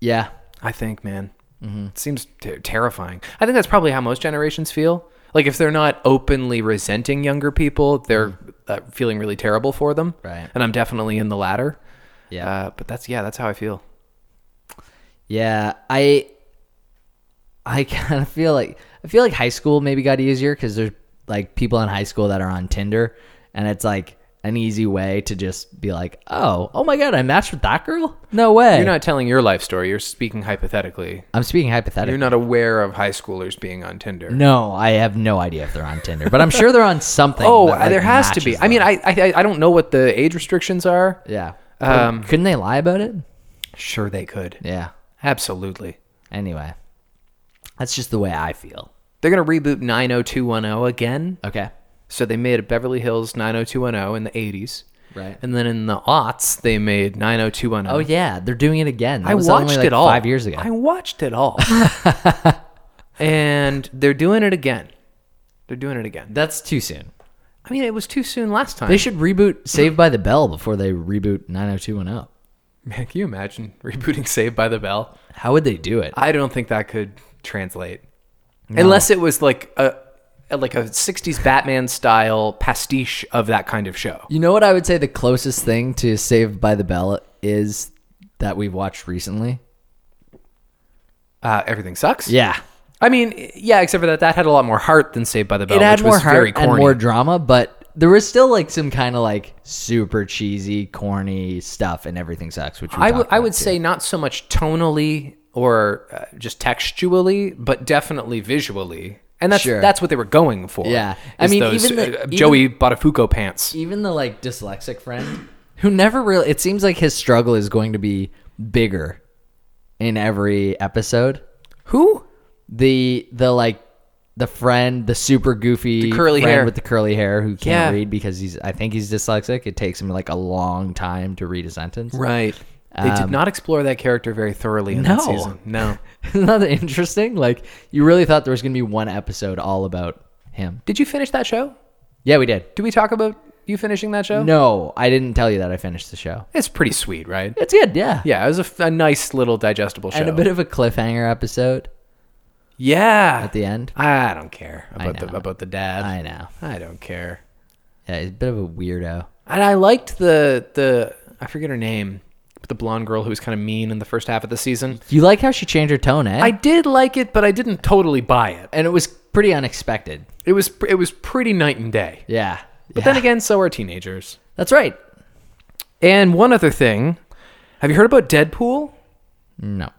Yeah.
I think, man,
Mm-hmm.
it seems ter- terrifying. I think that's probably how most generations feel. Like if they're not openly resenting younger people, they're uh, feeling really terrible for them.
Mm-hmm. Right.
And I'm definitely in the latter.
Yeah.
Uh, but that's yeah, that's how I feel.
Yeah. I I [laughs] kind of feel like I feel like high school maybe got easier because there's like people in high school that are on Tinder, and it's like an easy way to just be like, oh, oh my god, I matched with that girl. No way.
You're not telling your life story. You're speaking hypothetically.
I'm speaking hypothetically.
You're not aware of high schoolers being on Tinder.
no, I have no idea if they're on Tinder, but I'm sure they're on
[laughs]
something.
Oh,
that, like,
there has to be.
matches
I mean,
them.
I, I I don't know what the age restrictions are.
yeah.
Um,
Couldn't they lie about it?
Sure, they could.
Yeah.
Absolutely.
Anyway, that's just the way I feel.
They're gonna reboot 90210 again.
Okay.
So they made a Beverly Hills 90210 in the 80s,
Right.
and then in the aughts they made 90210.
oh yeah, they're doing it again. That
I
was
watched
only, like,
it all
five years ago.
I watched it all, [laughs] and they're doing it again. They're doing it again.
That's too soon.
I mean, it was too soon last time.
They should reboot Saved by the Bell before they reboot 90210.
Man, [laughs] can you imagine rebooting Saved by the Bell?
How would they do it?
I don't think that could translate, unless it was like a like a '60s Batman style pastiche of that kind of show.
You know what I would say the closest thing to Saved by the Bell is that we've watched recently?
Uh, everything sucks.
Yeah.
I mean, yeah, except for that that had a lot more heart than Saved by the Bell,
It had
which
more
was very
heart
corny.
and more drama, but there was still like some kind of like super cheesy, corny stuff and everything sucks, which we
I
talked
would- I
about,
would
too.
say not so much tonally or uh, just textually, but definitely visually. And that's
Sure.
that's what they were going for.
Yeah. I
is
mean,
those,
even the-
uh,
even-
Joey Buttafuoco pants.
even the like dyslexic friend who never really it seems like his struggle is going to be bigger in every episode
Who?
the the like the friend the super goofy
The curly
friend
hair.
with the curly hair who can't
Yeah.
read because he's i think he's dyslexic it takes him like a long time to read a sentence
Right. They did not explore that character very thoroughly in that
Um, No.
season.
[laughs]
No.
[laughs] isn't that interesting like you really thought there was going to be one episode all about him
Did you finish that show?
yeah we did
Did we talk about you finishing that show?
no i didn't tell you that i finished the show
It's pretty sweet, right?
it's good yeah,
Yeah, it was a, f- a nice little digestible show.
and a bit of a cliffhanger episode
yeah.
at the end
I don't care about
know.
the about the dad.
i know
I don't care.
Yeah, he's a bit of a weirdo.
And I liked the the I forget her name, but the blonde girl who was kind of mean in the first half of the season.
You like how she changed her tone, eh?
I did like it, but I didn't totally buy it.
and it was pretty unexpected.
It was it was pretty night and day.
Yeah.
But then again, so are teenagers.
that's right.
And one other thing, have you heard about Deadpool?
No.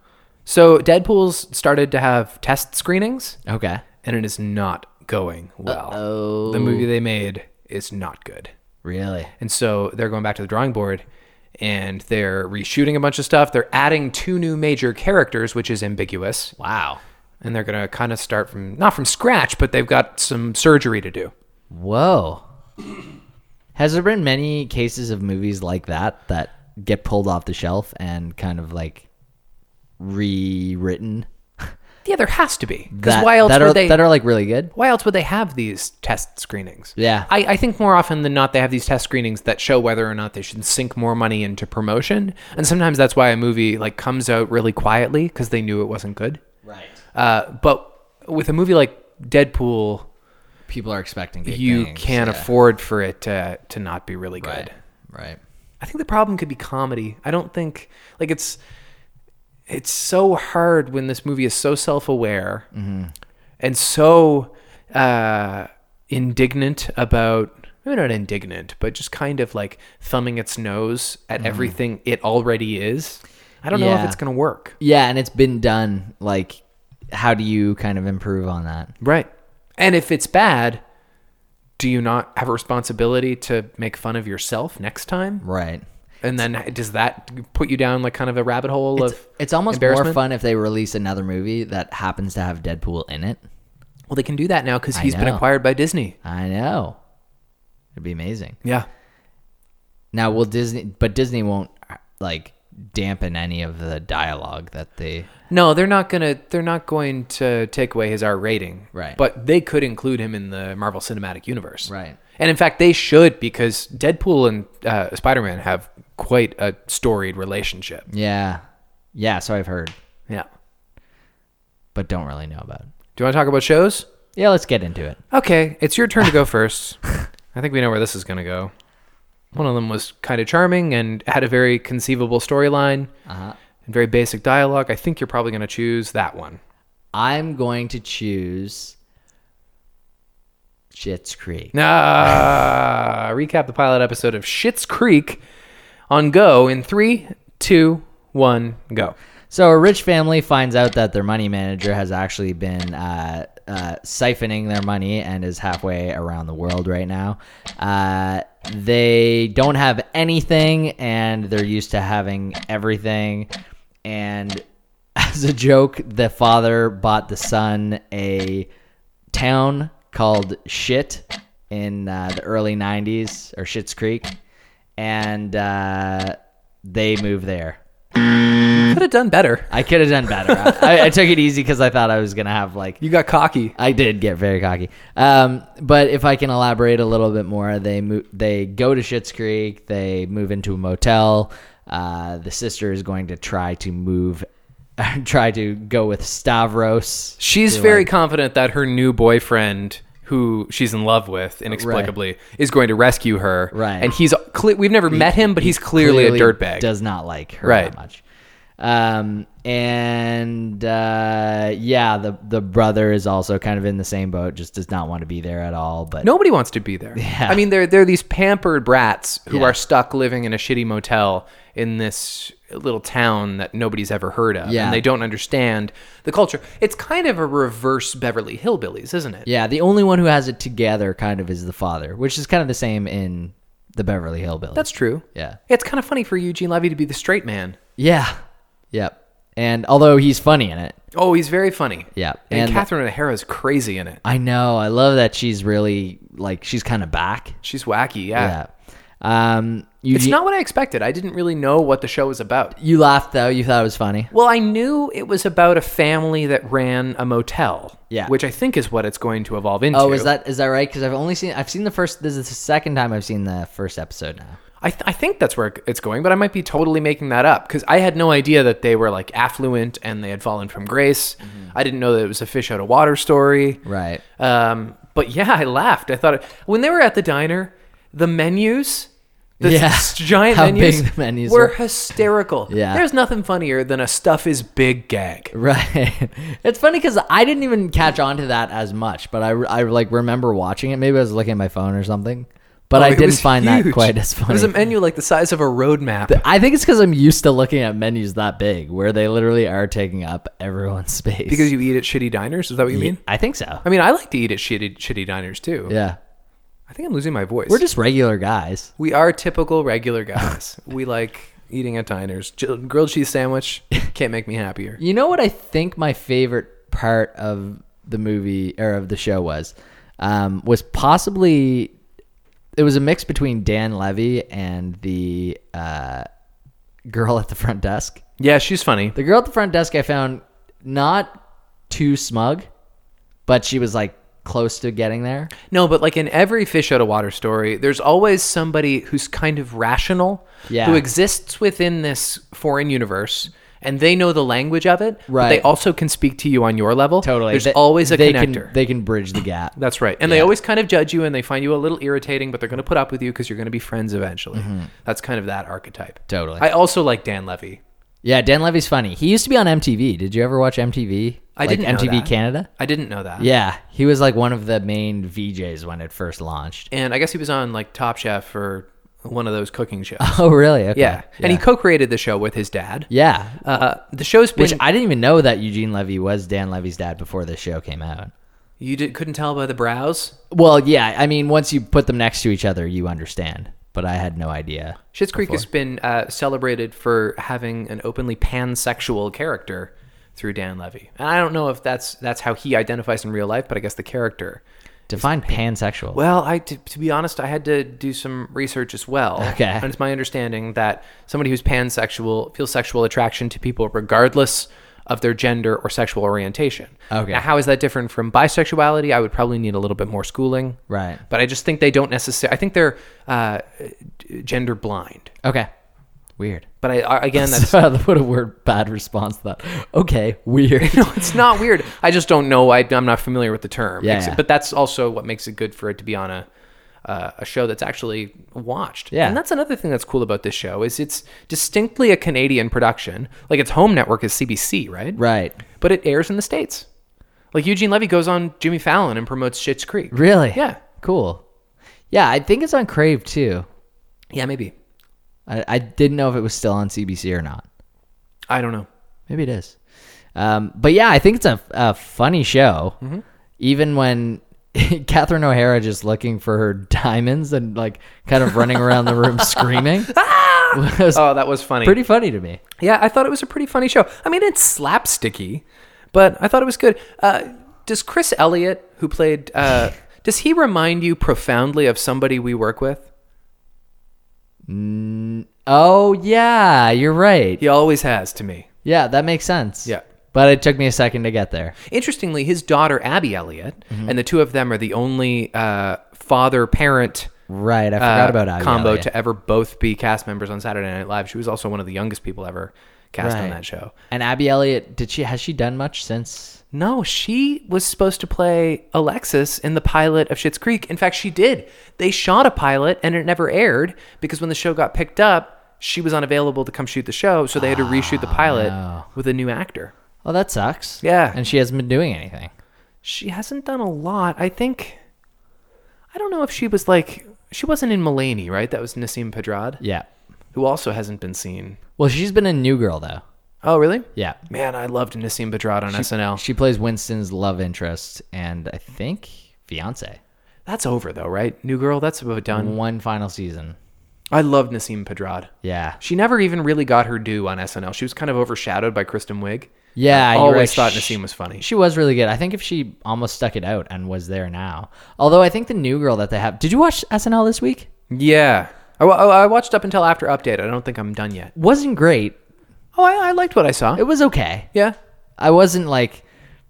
So Deadpool's started to have test screenings,
Okay.
and it is not going well. The movie they made is not good,
Really?
and so they're going back to the drawing board, and they're reshooting a bunch of stuff. They're adding two new major characters, which is ambiguous,
Wow.
and they're gonna kind of start from not from scratch, but they've got some surgery to do.
Whoa. [clears throat] Has there been many cases of movies like that that get pulled off the shelf and kind of like rewritten?
Yeah, there has to be because
That,
why else
that
would
are
they?
that are like really good?
why else would they have these test screenings?
Yeah.
I, I think more often than not, they have these test screenings that show whether or not they should sink more money into promotion. And sometimes that's why a movie like comes out really quietly because they knew it wasn't good.
Right.
Uh, but with a movie like Deadpool,
People are expecting big
you
things,
can't
yeah.
afford for it to, to not be really good.
Right. Right.
I think the problem could be comedy. I don't think like it's it's so hard when this movie is so self-aware
Mm-hmm.
and so uh, indignant about maybe not indignant, but just kind of like thumbing its nose at everything it already is. I don't know if
Mm-hmm. Yeah.
it's going to work.
Yeah, and it's been done. Like, how do you kind of improve on that?
Right. And if it's bad, do you not have a responsibility to make fun of yourself next time?
Right.
And then does that put you down like kind of a rabbit hole
It's,
of
it's almost more
embarrassment?
fun if they release another movie that happens to have Deadpool in it.
Well, they can do that now because he's been
know.
acquired by Disney.
I know. It'd be amazing.
Yeah.
Now, will Disney, but Disney won't like dampen any of the dialogue that they.
No, they're not gonna. They're not going to take away his R rating.
Right.
But they could include him in the Marvel Cinematic Universe.
Right.
And in fact, they should because Deadpool and uh, Spider Man have quite a storied relationship.
Yeah. Yeah, so I've heard,
Yeah.
but don't really know about it.
Do you want to talk about shows?
Yeah, let's get into it.
Okay, it's your turn to go first. I think we know where this is gonna go. One of them was kind of charming and had a very conceivable storyline
Uh-huh.
and very basic dialogue. I think you're probably gonna choose that one.
I'm going to choose Shit's Creek.
Ah, recap the pilot episode of Shits Creek on Go in three, two, one, go.
So a rich family finds out that their money manager has actually been uh, uh, siphoning their money and is halfway around the world right now. Uh, they don't have anything, and they're used to having everything. And [laughs] as a joke, the father bought the son a town called Shit in uh, the early '90s, or Shit's Creek, and uh, they move there.
Could have done better.
I could have done better. I, I took it easy because I thought I was gonna have like
You got cocky.
I did get very cocky. Um, but if I can elaborate a little bit more, they move, they go to Schitt's Creek. They move into a motel. Uh, the sister is going to try to move, [laughs] try to go with Stavros.
She's very confident that her new boyfriend, who she's in love with inexplicably, is going to rescue her.
Right.
And he's cle- we've never met him, but he's clearly, a dirtbag.
Does not like her
Right.
that much. Um, and uh, yeah, the the brother is also kind of in the same boat. Just does not want to be there at all. But
Nobody wants to be there. I mean, they're they're these pampered brats who
Yeah.
are stuck living in a shitty motel in this little town that nobody's ever heard of,
Yeah.
and they don't understand the culture. It's kind of a reverse Beverly Hillbillies, isn't it?
Yeah, the only one who has it together kind of is the father, which is kind of the same in the Beverly Hillbillies.
That's true.
yeah,
It's kind of funny for Eugene Levy to be the straight man.
yeah, yep. And although he's funny in it,
Oh, he's very funny.
Yeah.
and,
And-
Catherine O'Hara's crazy in it.
I know I love that she's really like she's kind of back.
She's wacky. Yeah.
Yeah. Um, you
It's not what I expected. I didn't really know what the show was about.
you laughed though. You thought it was funny.
Well, I knew it was about a family that ran a motel.
Yeah.
Which I think is what it's going to evolve into.
Oh, is that is that right? Because I've only seen I've seen the first. This is the second time I've seen the first episode now.
I, th- I think that's where it's going, but I might be totally making that up because I had no idea that they were like affluent and they had fallen from grace. I didn't know that it was a fish out of water story.
Mm-hmm. Right.
Um, but yeah, I laughed. I thought it, when they were at the diner, the menus The
Yeah.
s- giant
How
menus,
big the menus
were
were.
hysterical.
[laughs] Yeah.
There's nothing funnier than a stuff is big gag.
Right. [laughs] It's funny because I didn't even catch on to that as much, but I, I like remember watching it. Maybe I was looking at my phone or something, but
Oh,
I
it
didn't
was
find that
huge.
quite as funny.
It was a menu like the size of a roadmap.
I think it's because I'm used to looking at menus that big, where they literally are taking up everyone's space.
because you eat at shitty diners? Is that what you mean?
I think so.
I mean, I like to eat at shitty shitty diners too.
Yeah,
I think I'm losing my voice.
we're just regular guys.
we are typical regular guys. we like eating at diners. J- grilled cheese
[laughs]
sandwich can't make me happier.
You know what I think my favorite part of the movie or of the show was, um, was possibly it was a mix between Dan Levy and the uh, girl at the front desk.
Yeah, she's funny.
The girl at the front desk I found not too smug, but she was like close to getting there.
No, but like in every fish out of water story, there's always somebody who's kind of rational,
Yeah.
who exists within this foreign universe, and they know the language of it. But they
Right.
also can speak to you on your level.
Totally.
There's
They-
always a
they
connector.
Can, they can bridge
[clears throat]
the gap.
That's right. And they always kind of judge you and they find you a little irritating, but they're going to put up with you because you're going to be friends eventually. That's kind of that archetype.
Mm-hmm. Totally.
I also like Dan Levy.
yeah, Dan Levy's funny. He used to be on MTV. Did you ever watch MTV?
I
Like,
didn't know
MTV
that.
Canada?
I didn't know that.
Yeah, he was like one of the main VJs when it first launched. [laughs]
And I guess he was on like Top Chef or one of those cooking
[laughs]
shows.
Oh, really? Okay.
yeah. And he co created the show with his dad.
Yeah.
Uh, the show's been.
Which I didn't even know that Eugene Levy was Dan Levy's dad before this show came out.
you did, couldn't tell by the brows.
Well, yeah, I mean, once you put them next to each other, you understand. But I had no idea.
Schitt's Creek has been uh, celebrated for having an openly pansexual character through Dan Levy. And I don't know if that's that's how he identifies in real life, but I guess the character
Define pansexual.
Well, I to, to be honest, I had to do some research as well.
Okay.
and it's my understanding that somebody who's pansexual feels sexual attraction to people regardless of their gender or sexual orientation.
Okay.
Now, how is that different from bisexuality? I would probably need a little bit more schooling.
Right.
But I just think they don't necessarily. I think they're uh, d- gender blind.
Okay. Weird. [laughs]
But I, I again, [laughs] that's
So, what a word bad response to that. Okay, [laughs] weird.
it's not weird. I just don't know. I, I'm not familiar with the term.
Yeah,
Ex-
yeah.
But that's also what makes it good for it to be on a uh, a show that's actually watched.
Yeah.
And that's another thing that's cool about this show is it's distinctly a Canadian production. Like its home network is CBC, right?
right.
But it airs in the states. Like Eugene Levy goes on Jimmy Fallon and promotes Schitt's Creek.
Really?
Yeah.
Cool. Yeah, I think it's on Crave too.
Yeah, maybe.
I, I didn't know if it was still on CBC or not.
I don't know.
Maybe it is. Um, but yeah, I think it's a, a funny show.
Mm-hmm.
Even when [laughs] Catherine O'Hara just looking for her [laughs] diamonds and like kind of running around
[laughs]
the room screaming [laughs] was
Oh, that was funny.
pretty funny to me.
Yeah, I thought it was a pretty funny show. I mean, it's slapsticky, but I thought it was good. Uh, does Chris Elliott, who played, uh,
[laughs]
does he remind you profoundly of somebody we work with?
Oh yeah, you're right.
He always has to me.
Yeah, that makes sense.
Yeah.
But it took me a second to get there.
Interestingly, his daughter Abby Elliott
Mm-hmm.
and the two of them are the only uh, father-parent
Right, I
uh,
forgot about Ivy
combo
Elliott.
to ever both be cast members on Saturday Night Live. She was also one of the youngest people ever cast on
Right.
that show.
And Abby Elliott, did she has she done much since?
No, she was supposed to play Alexis in the pilot of Schitt's Creek. In fact, she did. They shot a pilot and it never aired because when the show got picked up, she was unavailable to come shoot the show, so they had to reshoot the pilot with a new actor.
Oh, that sucks.
Yeah.
And she hasn't been doing anything.
She hasn't done a lot. I think I don't know if she was like she wasn't in Mulaney, right? That was Nassim Pedrad,
Yeah.
who also hasn't been seen.
Well, she's been in New Girl though.
Oh, really?
Yeah.
Man, I loved Nassim Pedrad on SNL.
She plays Winston's love interest and I think fiance.
that's over though, right? New Girl, that's about done.
One final season.
I loved Nassim Pedrad.
Yeah.
She never even really got her due on SNL. She was kind of overshadowed by Kristen Wiig.
Yeah,
I
you're
always
right.
thought
She-
Nassim was funny.
She was really good. I think if she almost stuck it out and was there now. Although I think the new girl that they have. Did you watch SNL this week?
Yeah, I, wa- oh, I watched up until after update. I don't think I'm done yet.
Wasn't great.
Oh, I, I liked what I saw.
It was okay.
yeah,
I wasn't like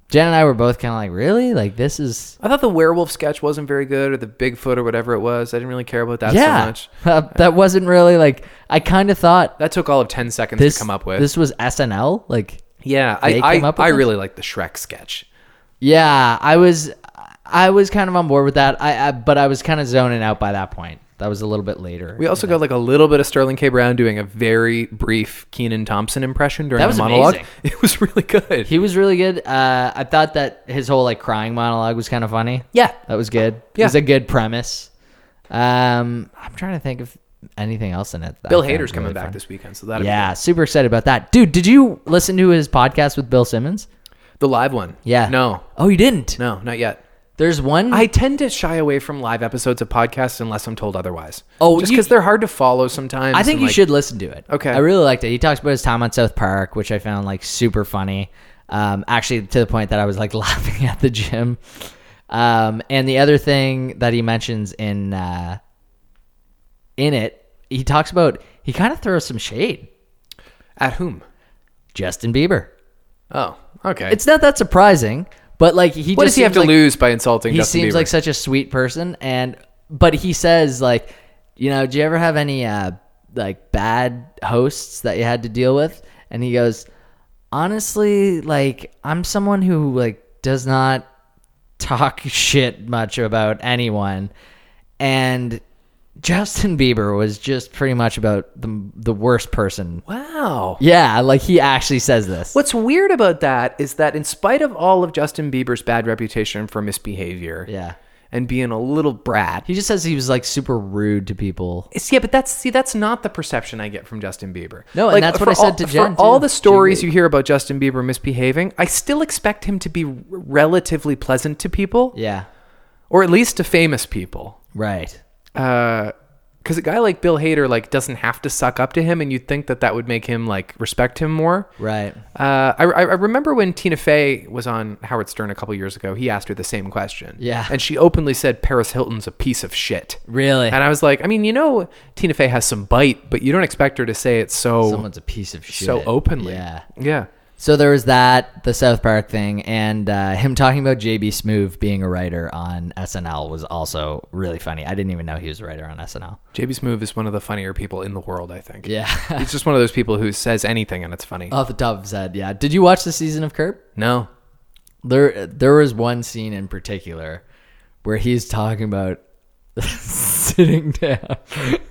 Jen and I were both kind of like, really? Like this is
I thought the werewolf sketch wasn't very good, or the Bigfoot, or whatever it was. I didn't really care about that so
yeah.
much.
Uh, [laughs] that wasn't really like I kind of thought
That took all of ten seconds
this
to come up with.
This was SNL. Like
yeah,
they
I
came
I,
up with
I
it?
really liked the Shrek sketch.
yeah, I was I was kind of on board with that. I, I but I was kind of zoning out by that point. That was a little bit later.
We also got like a little bit of Sterling K. Brown doing a very brief Keenan Thompson impression during
That was
the monologue.
amazing.
[laughs] It was really good.
he was really good. Uh, I thought that his whole like crying monologue was kind of funny.
yeah.
That was good.
Yeah.
It was a good premise. Um, I'm trying to think of anything else in it. that
Bill
I found
Hader's coming
really
back
fun.
this weekend, so that'll
yeah, super excited about that. Dude, did you listen to his podcast with Bill Simmons?
be the live one.
Yeah.
No.
Oh, you didn't?
No, not yet.
There's one.
I tend to shy away from live episodes of podcasts unless I'm told otherwise.
Oh,
just
you-
because they're hard to follow sometimes.
I think
and,
you
like,
should listen to it.
Okay.
I really liked it. He talks about his time on South Park, which I found like super funny. Um, actually, to the point that I was like [laughs] laughing at the gym. Um, and the other thing that he mentions in uh, in it, he talks about he kind of throws some shade.
At whom?
Justin Bieber.
Oh, okay.
It's not that surprising, but like he
what
just
does he have
seems
to
like-
lose by insulting
He
Justin
seems
Bieber?
like such a sweet person, and but he says like, you know, do you ever have any uh, like bad hosts that you had to deal with? And he goes, honestly, like I'm someone who like does not talk [laughs] shit much about anyone, and Justin Bieber was just pretty much about the the worst person.
wow.
Yeah, like he actually says this.
What's weird about that is that in spite of all of Justin Bieber's bad reputation for misbehavior
Yeah.
and being a little brat,
He just says he was like super rude to people.
It's- yeah, but that's see, that's not the perception I get from Justin Bieber.
No, and that's what
for
I said
all-
to Jen,
For all
too.
the
She
stories
agreed.
you hear about Justin Bieber misbehaving, I still expect him to be r- relatively pleasant to people,
Yeah.
or at least to famous people.
Right.
Because a guy like Bill Hader like doesn't have to suck up to him, and you'd think that that would make him like respect him more.
Right.
Uh, I, I I remember when Tina Fey was on Howard Stern a couple years ago. He asked her the same question.
Yeah.
and she openly said Paris Hilton's a piece of shit.
Really?
And I was like, I mean, you know, Tina Fey has some bite, but you don't expect her to say it so
Someone's a piece of shit.
so openly.
Yeah.
yeah.
So there was that, the South Park thing, and uh, him talking about JB Smoove being a writer on SNL was also really funny. I didn't even know he was a writer on SNL.
JB Smoove is one of the funnier people in the world. I think. [laughs]
Yeah. [laughs] Uh,
he's just one of those people who says anything and it's funny.
Off the top of his head, yeah. Did you watch the season of Curb?
no.
There, there was one scene in particular where he's talking about [laughs] sitting down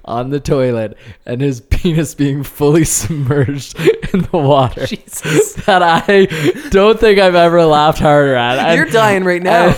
on the toilet and his penis being fully [laughs] submerged in the water.
Jesus.
That I don't think I've ever laughed harder at. And-
You're dying right
[laughs]
now.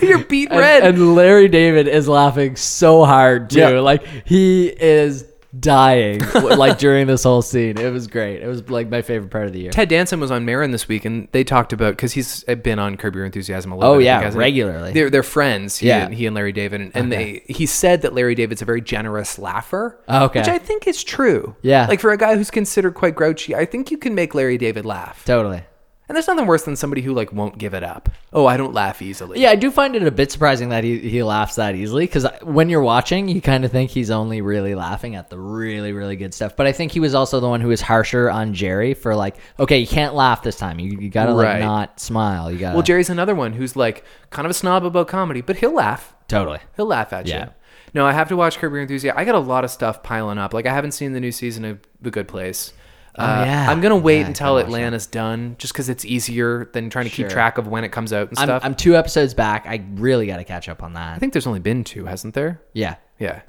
You're beat
and,
red.
and Larry David is laughing so hard too.
Yeah.
Like he is dying like during this whole scene. It was great. It was like my favorite part of the
[laughs]
year.
Ted Danson was on Marin this week, and they talked about because he's uh, been on Curb Your Enthusiasm a little.
Oh,
bit, I think,
yeah,
hasn't he?
regularly.
They're they're friends. He
Yeah.
and, he and Larry David, and, and they he said that Larry David's a very generous laugher.
Oh, Okay.
which I think is true.
Yeah.
like for a guy who's considered quite grouchy, I think you can make Larry David laugh.
Totally.
And there's nothing worse than somebody who like won't give it up. Oh, I don't laugh easily.
Yeah, I do find it a bit surprising that he, he laughs that easily because when you're watching, you kind of think he's only really laughing at the really, really good stuff. But I think he was also the one who was harsher on Jerry for like, okay, you can't laugh this time. You, you got to
Right.
like not smile. You got to.
Well, Jerry's another one who's like kind of a snob about comedy, but he'll laugh.
totally.
He'll laugh at
Yeah.
you. No, I have to watch Curb Your Enthusiasm. I got a lot of stuff piling up. Like I haven't seen the new season of The Good Place. Uh,
Oh, yeah.
I'm gonna wait
Yeah, I
until Atlanta's done, just because it's easier than trying to
Sure.
keep track of when it comes out and
I'm,
stuff. i
I'm two episodes back. I really got to catch up on that.
think there's only been two, hasn't there?
Yeah. [laughs]
Yeah,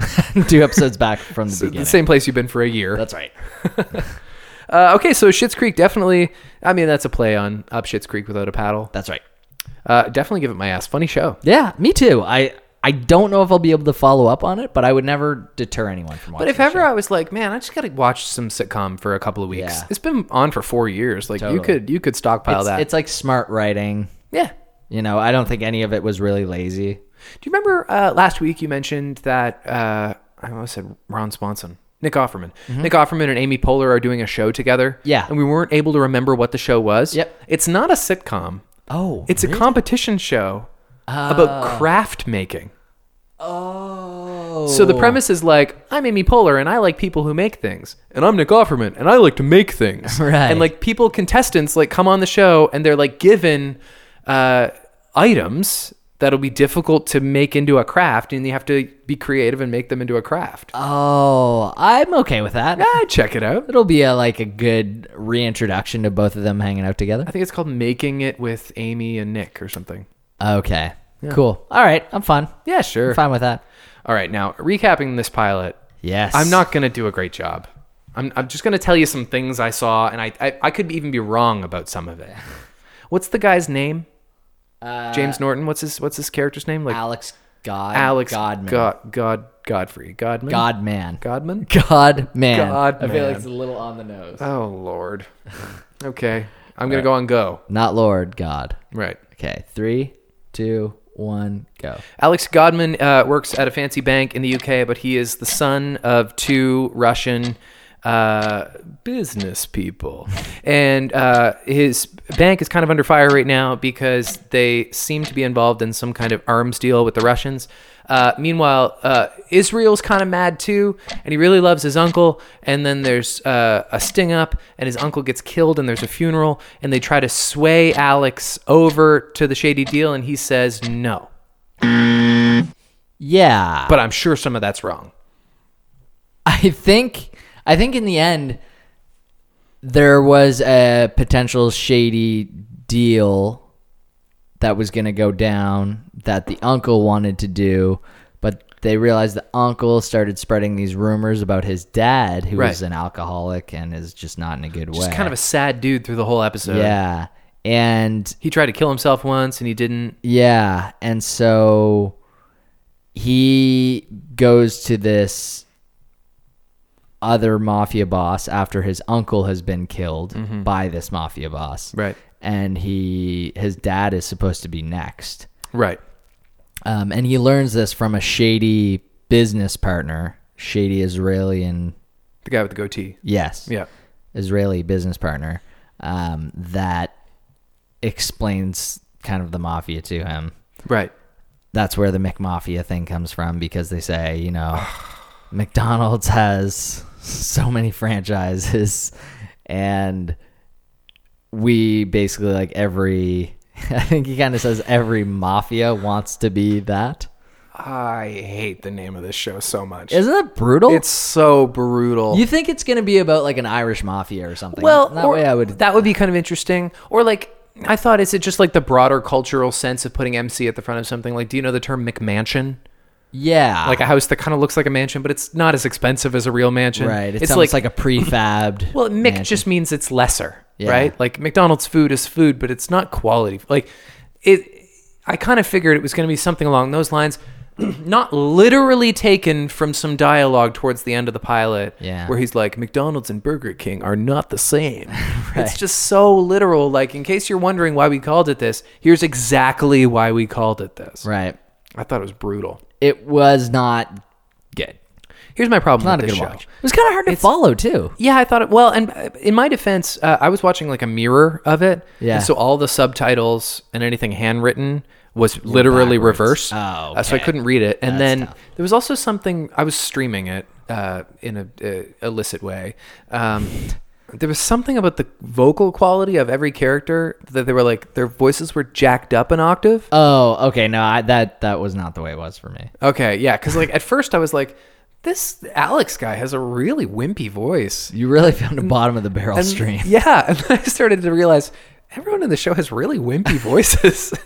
two episodes back from the
So
beginning.
the same place you've been for a year.
That's right.
uh, okay, so Shit's Creek definitely. I mean, that's a play on Up Shit's Creek without a paddle.
That's right.
Uh, definitely give it my ass. Funny show.
Yeah, me too. I I don't know if I'll be able to follow up on it, but I would never deter anyone from watching.
But if
the
ever
show.
I was like, man, I just gotta watch some sitcom for a couple of weeks.
Yeah.
It's been on for four years. Like you
Totally.
could you could stockpile
it's,
that.
it's like smart writing.
yeah.
You know, I don't think any of it was really lazy.
Do you remember uh, last week you mentioned that uh, I almost said Ron Swanson, Nick Offerman, Nick Offerman and Amy Poehler are doing a show together.
Mm-hmm. Yeah.
and we weren't able to remember what the show was.
Yep.
it's not a sitcom.
Oh,
It's a competition show
Uh.
about craft making.
oh.
So the premise is like, I'm Amy Poehler and I like people who make things. And I'm Nick Offerman and I like to make things.
Right.
And like people, contestants, like come on the show and they're like given uh, items that'll be difficult to make into a craft and you have to be creative and make them into a craft.
Oh, I'm okay with that.
Ah, check it out.
It'll be a, like a good reintroduction to both of them hanging out together.
I think it's called Making It with Amy and Nick or something.
Okay. Cool. All right. I'm fine.
Yeah, sure.
I'm fine with that.
All right, now recapping this pilot,
Yes.
I'm not going to do a great job. I'm, I'm just going to tell you some things I saw, and I, I, I could even be wrong about some of it. [laughs] What's the guy's name? James Norton. What's his What's his character's name? Like
Alex God.
Alex
Godman.
God, God Godfrey Godman.
Godman.
Godman.
Godman. I
Godman.
feel like it's a little on the nose.
Oh Lord. Okay, I'm gonna go on go.
Not Lord God.
Right.
Okay. Three, two, one, go.
Alex Godman uh, works at a fancy bank in the UK, but he is the son of two Russian uh, business people. And uh, his bank is kind of under fire right now because they seem to be involved in some kind of arms deal with the Russians. Uh, meanwhile, uh, Israel's kind of mad too, and he really loves his uncle. And then there's uh, a sting up, and his uncle gets killed, and there's a funeral, and they try to sway Alex over to the shady deal, and he says no
Yeah.
but I'm sure some of that's wrong.
I think I think in the end there was a potential shady deal that was going to go down that the uncle wanted to do, but they realized the uncle started spreading these rumors about his dad who
Right.
was an alcoholic and is just not in a good way.
Just kind of a sad dude through the whole episode.
Yeah. And
He tried to kill himself once and he didn't.
Yeah, and so he goes to this other mafia boss after his uncle has been killed by this mafia boss.
Mm-hmm. Right.
And he his dad is supposed to be next.
Right.
Um, and he learns this from a shady business partner, shady Israeli and
The guy with the goatee.
yes.
Yeah.
Israeli business partner um, that explains kind of the mafia to him.
Right.
that's where the McMafia thing comes from because they say, you know, McDonald's has so many franchises and we basically like every [laughs] I think he kind of says every mafia wants to be that.
I hate the name of this show so much.
Isn't that brutal?
It's so brutal.
you think it's going to be about like an Irish mafia or something.
well,
that
or-
way I would
that would be kind of interesting. Or like, I thought, is it just like the broader cultural sense of putting MC at the front of something? Like, do you know the term McMansion?
Yeah.
Like a house that kind of looks like a mansion, but it's not as expensive as a real mansion.
right. It
it's
sounds
like,
like, a
[laughs]
prefabbed.
Well, Mick
mansion.
just means it's lesser,
Yeah.
right? Like McDonald's food is food, but it's not quality. Like it, I kind of figured it was going to be something along those lines, [clears throat] not literally taken from some dialogue towards the end of the pilot,
Yeah.
where he's like, "McDonald's and Burger King are not the
[laughs]
same." It's just so literal. Like, in case you're wondering why we called it this, here's exactly why we called it this.
right.
I thought it was brutal.
It was not good.
Here's my problem
Not a
with
good
this show.
watch. It was kind of hard to follow too.
Yeah, I thought it. Well, and uh, in my defense, uh, I was watching like a mirror of it.
Yeah.
And so all the subtitles and anything handwritten was literally
backwards.
reversed.
Oh,
Uh, so I
okay.
couldn't read it. And
That's
then
tough.
there was also something I was streaming it uh, in a uh, illicit way. Um, there was something about the vocal quality of every character that they were like their voices were jacked up an octave.
Oh, okay. No, I, that that was not the way it was for me.
Okay, yeah, because like at first I was like, this Alex guy has a really wimpy voice.
You really [laughs] found a bottom of the barrel
And-
stream.
[laughs] Yeah, and I started to realize everyone in the show has really wimpy [laughs] voices.
[laughs]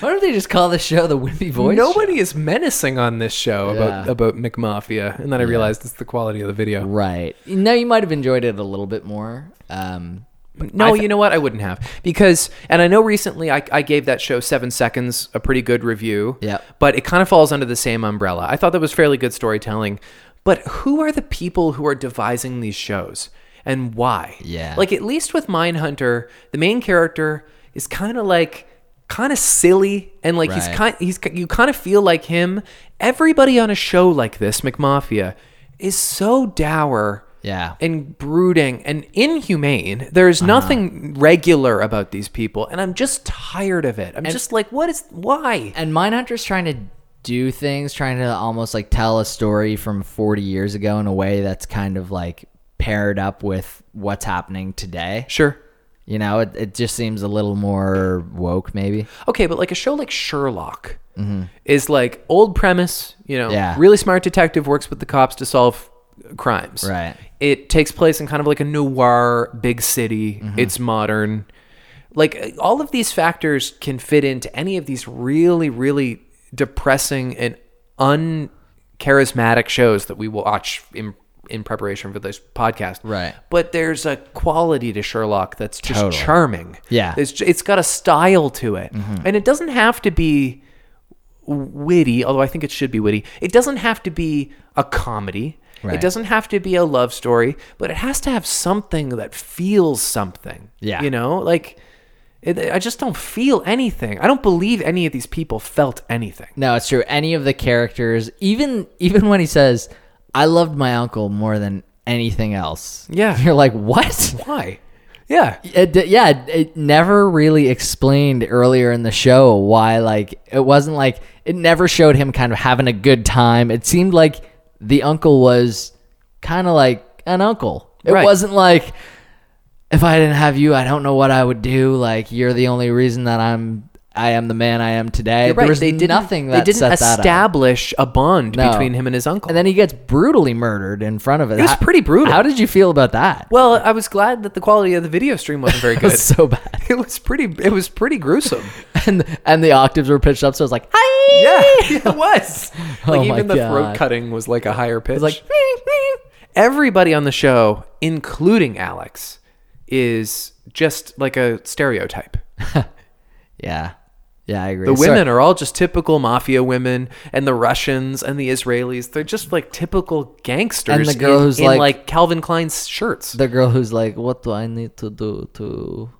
Why don't they just call the show the Wimpy Voice?
Nobody is menacing on this show about
Yeah.
about McMafia, and then I realized it's the quality of the video.
Right. No, you might have enjoyed it a little bit more. Um,
No, you know what? I wouldn't have because, and I know recently I, I gave that show Seven Seconds a pretty good review.
Yep.
but it kind of falls under the same umbrella. I thought that was fairly good storytelling, but who are the people who are devising these shows and why?
Yeah.
like at least with Mindhunter, the main character is kind of like kind of silly and like he's
Right.
kind he's you kind of feel like him. Everybody on a show like this, McMafia, is so dour
Yeah.
and brooding and inhumane. There's nothing regular about these people, and I'm just tired of it. I'm just like, what is why?
and Mindhunter's trying to do things, trying to almost like tell a story from 40 years ago in a way that's kind of like paired up with what's happening today.
Sure.
You know, it, it just seems a little more woke, maybe.
Okay, but like a show like Sherlock is like old premise, you know,
Mm-hmm. Yeah.
really smart detective works with the cops to solve crimes.
Right. Mm-hmm.
It takes place in kind of like a noir big city. It's modern. Like uh, all of these factors can fit into any of these really, really depressing and uncharismatic shows that we will watch in in preparation for this podcast.
Right.
But there's a quality to Sherlock that's just
Totally.
charming.
Yeah. Mm-hmm.
It's j- it's got a style to it. And it doesn't have to be witty, although I think it should be witty. It doesn't have to be a comedy.
Right.
It doesn't have to be a love story, but it has to have something that feels something.
Yeah.
You know, like it, I just don't feel anything. I don't believe any of these people felt anything.
No, it's true. Any of the characters, even even when he says, "I loved my uncle more than anything else,"
Yeah.
[laughs] you're like, "What?"
Why? Yeah.
It, d- yeah, it- it never really explained earlier in the show why. Like, it wasn't like it never showed him kind of having a good time. It seemed like the uncle was kind of like an uncle. It
Right.
wasn't like if I didn't have you, I don't know what I would do. Like, you're the only reason that I'm. I am the man I am today.
You're
There was
didn't-
nothing that
they didn't
set that up.
establish a bond
No.
between him and his uncle.
And then he gets brutally murdered in front of it. It
was pretty brutal.
How did you feel about that?
well, I was glad that the quality of the video stream wasn't
[laughs]
very
It was
good.
so bad.
[laughs] it was pretty. It was pretty
[laughs]
gruesome.
And and the octaves were pitched up, so it's like, hi.
[laughs] Yeah,
[laughs]
it was. Like
Oh my
even the
God.
throat cutting was like a higher pitch. [laughs]
It's like,
everybody on the show, including Alex, is just like a stereotype.
yeah, yeah, I agree.
The women are all just typical mafia women, and the Russians and the Israelis. They're just like typical gangsters.
And the girl
in,
who's
in,
like-
Calvin Klein's shirts.
the girl who's like, "What do I need to do to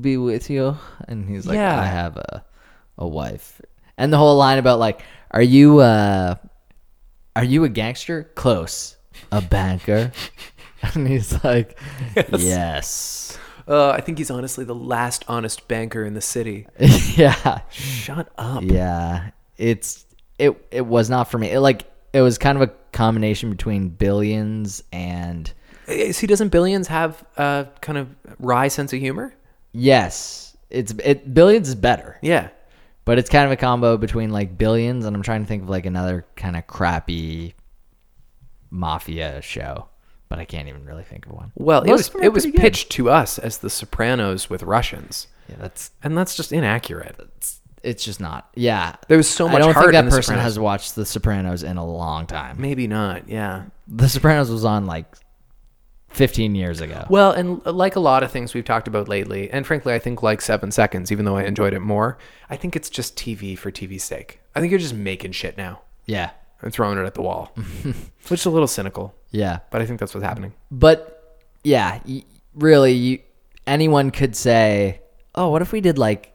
be with you?" And he's like,
Yeah.
"I have a a wife." And the whole line about like, "Are you uh, are you a gangster? Close,
[laughs]
a banker." [laughs] and he's like, "Yes,
uh, I think he's honestly the last honest banker in the city.
[laughs] yeah,
Shut up.
yeah." It's it it was not for me. It like it was kind of a combination between billions and
See, doesn't Billions have a kind of wry sense of humor?
yes. It's it billions is better.
Yeah.
but it's kind of a combo between like billions and i'm trying to think of like another kind of crappy mafia show but i can't even really think of one
Well, it
Most
was
of them are
it was
pretty good.
pitched to us as the Sopranos with Russians,
yeah that's
and that's just inaccurate.
it's just not yeah
There was so
i
much
don't
heart
think that
in the
person
Sopranos.
has watched the sopranos in a long time
Maybe not. Yeah.
the sopranos was on like 15 years ago
Well, and like a lot of things we've talked about lately, and frankly, I think like Seven Seconds, even though I enjoyed it more, I think it's just TV for TV's sake. I think you're just making shit now
yeah
and throwing it at the
[laughs]
wall, which is a little cynical,
yeah
but I think that's what's happening.
but yeah y- really you, anyone could say oh what if we did like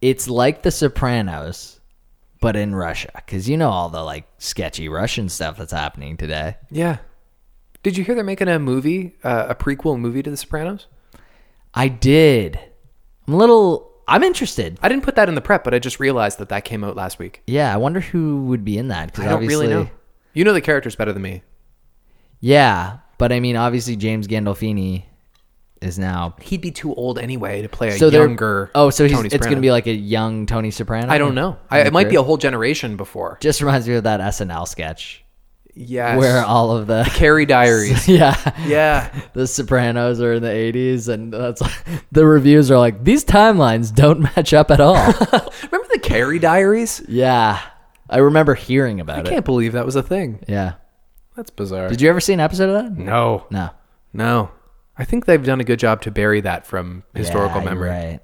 it's like the sopranos but in russia because you know all the like sketchy russian stuff that's happening today
Yeah. Did you hear they're making a movie, uh, a prequel movie to The Sopranos?
i did i'm a little i'm interested
I didn't put that in the prep, but I just realized that that came out last week.
yeah i wonder who would be in that because
I don't really know. You know the characters better than me.
yeah but i mean obviously james gandolfini is now
He'd be too old anyway to play a
so they're-
younger.
oh so he's,
Tony
it's gonna
Soprano.
be like a young tony soprano
I don't know. I, it might be a whole generation before.
just reminds me of that snl sketch
Yes.
where all of the
[laughs] Carrie
[laughs]
Diaries.
yeah
yeah.
the sopranos are in the 80s and that's [laughs] the reviews are like these timelines don't [laughs] match up
[laughs]
at all
Remember the Carrie Diaries?
yeah i remember hearing about it
Can't believe that was a thing.
yeah
That's bizarre.
did you ever see an episode of that
No.
no
No. I think they've done a good job to bury that from historical
Yeah,
memory.
you're right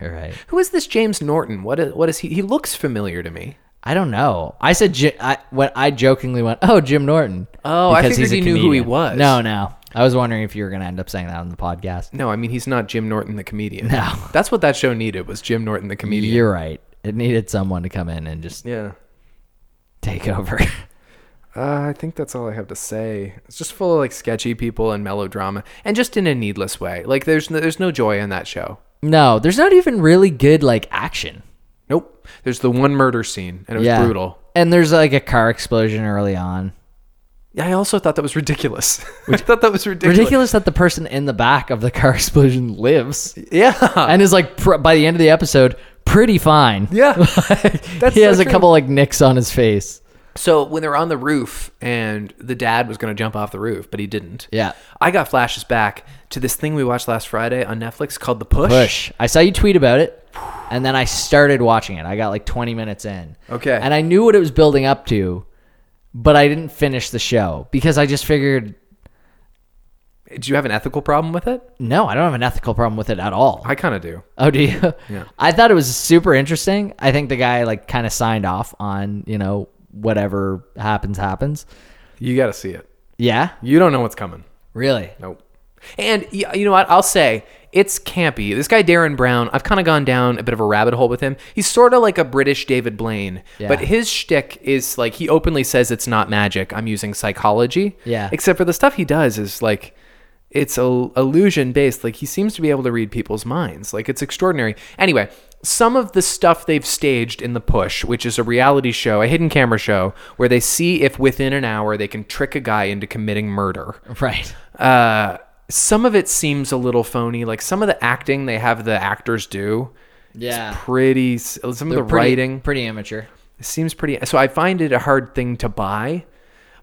you're right
Who is this James Norton? What is, what is he? He looks familiar to me.
i don't know i said Ji- I, when i jokingly went oh jim norton
Oh, I
because
figured
he's a
you knew who he
comedian.
was.
no no i was wondering if you were gonna end up saying that on the podcast
[laughs] No, I mean he's not Jim Norton the comedian.
No.
That's what that show needed was Jim Norton the comedian.
you're right it needed someone to come in and just
yeah.
take over [laughs]
Uh, I think that's all I have to say. It's just full of like sketchy people and melodrama, and just in a needless way. Like there's no, there's no joy in that show.
no there's not even really good like action
Nope. There's the one murder scene, and it was brutal.
And there's like a car explosion early on.
I also thought that was ridiculous. [laughs] I thought that was ridiculous.
Ridiculous that the person in the back of the car [laughs] explosion lives
Yeah.
and is like pr- by the end of the episode pretty fine.
Yeah.
[laughs] Like,
That's
he
so
has a
true.
couple like nicks on his face.
So when they're on the roof and the dad was going to jump off the roof, but he didn't.
Yeah.
I got flashes back to this thing we watched last Friday on Netflix called The Push.
Push. I saw you tweet about it, and then I started watching it. I got like 20 minutes in.
Okay.
And I knew what it was building up to, but I didn't finish the show because I just figured,
Do you have an ethical problem with it?
no, I don't have an ethical problem with it at all.
I kind of do.
Oh, do you? [laughs]
Yeah.
I thought it was super interesting. I think the guy like kind of signed off on, you know, whatever happens, happens.
You got to see it.
Yeah.
You don't know what's coming.
Really? [laughs]
Nope. And y- you know what? I'll say it's campy. This guy Darren Brown, I've kind of gone down a bit of a rabbit hole with him. He's sort of like a British David Blaine,
Yeah.
but his shtick is like he openly says it's not magic. I'm using psychology.
Yeah.
Except for the stuff he does is like it's a, illusion based. Like he seems to be able to read people's minds. Like it's extraordinary. Anyway. Some of the stuff they've staged in The Push, which is a reality show, a hidden camera show, where they see if within an hour they can trick a guy into committing murder
Right.
uh, some of it seems a little phony. Like some of the acting they have the actors do.
Yeah.
It's pretty. s- Some of the
Pretty-
writing
Pretty amateur.
seems pretty. So I find it a hard thing to buy,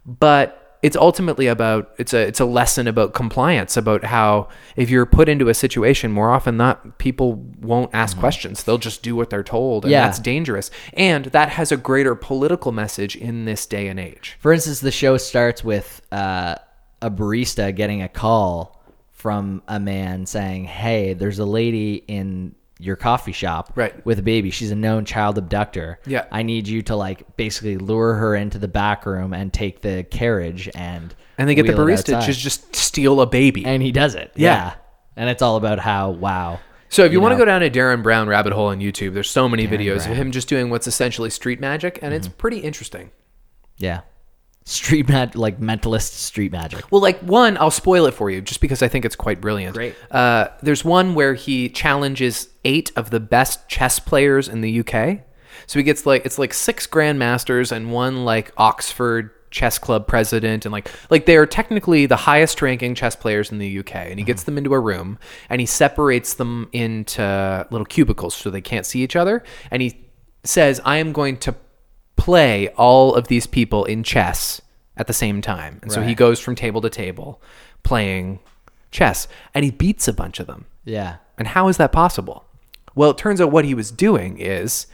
but it's ultimately about it's a it's a lesson about compliance about how if you're put into a situation more often than not people won't ask questions they'll just do what they're told and
Mm-hmm. Yeah.
that's dangerous and that has a greater political message in this day and age
For instance, the show starts with uh, a barista getting a call from a man saying, "Hey, there's a lady in your coffee shop
Right.
with a baby. She's a known child abductor.
Yeah.
I need you to like basically lure her into the back room and take the carriage and
and they get the
wheel it
barista to
outside."
just steal a baby
and he does it.
Yeah.
and it's all about how wow.
So if you, want
know?
to go down a Darren Brown rabbit hole on YouTube, there's so many videos of him just doing what's essentially street magic, and it's pretty interesting.
Yeah, street mag like mentalist street magic.
Well, like one, I'll spoil it for you just because I think it's quite brilliant.
Great.
Uh, there's one where he challenges eight of the best chess players in the UK. So he gets like it's like six grandmasters and one like Oxford chess club president and like like they are technically the highest ranking chess players in the UK and he gets them into a room and he separates them into little cubicles so they can't see each other and he says I am going to play all of these people in chess at the same time. And so he goes from table to table playing chess and he beats a bunch of them.
Yeah,
And how is that possible? Well, it turns out what he was doing is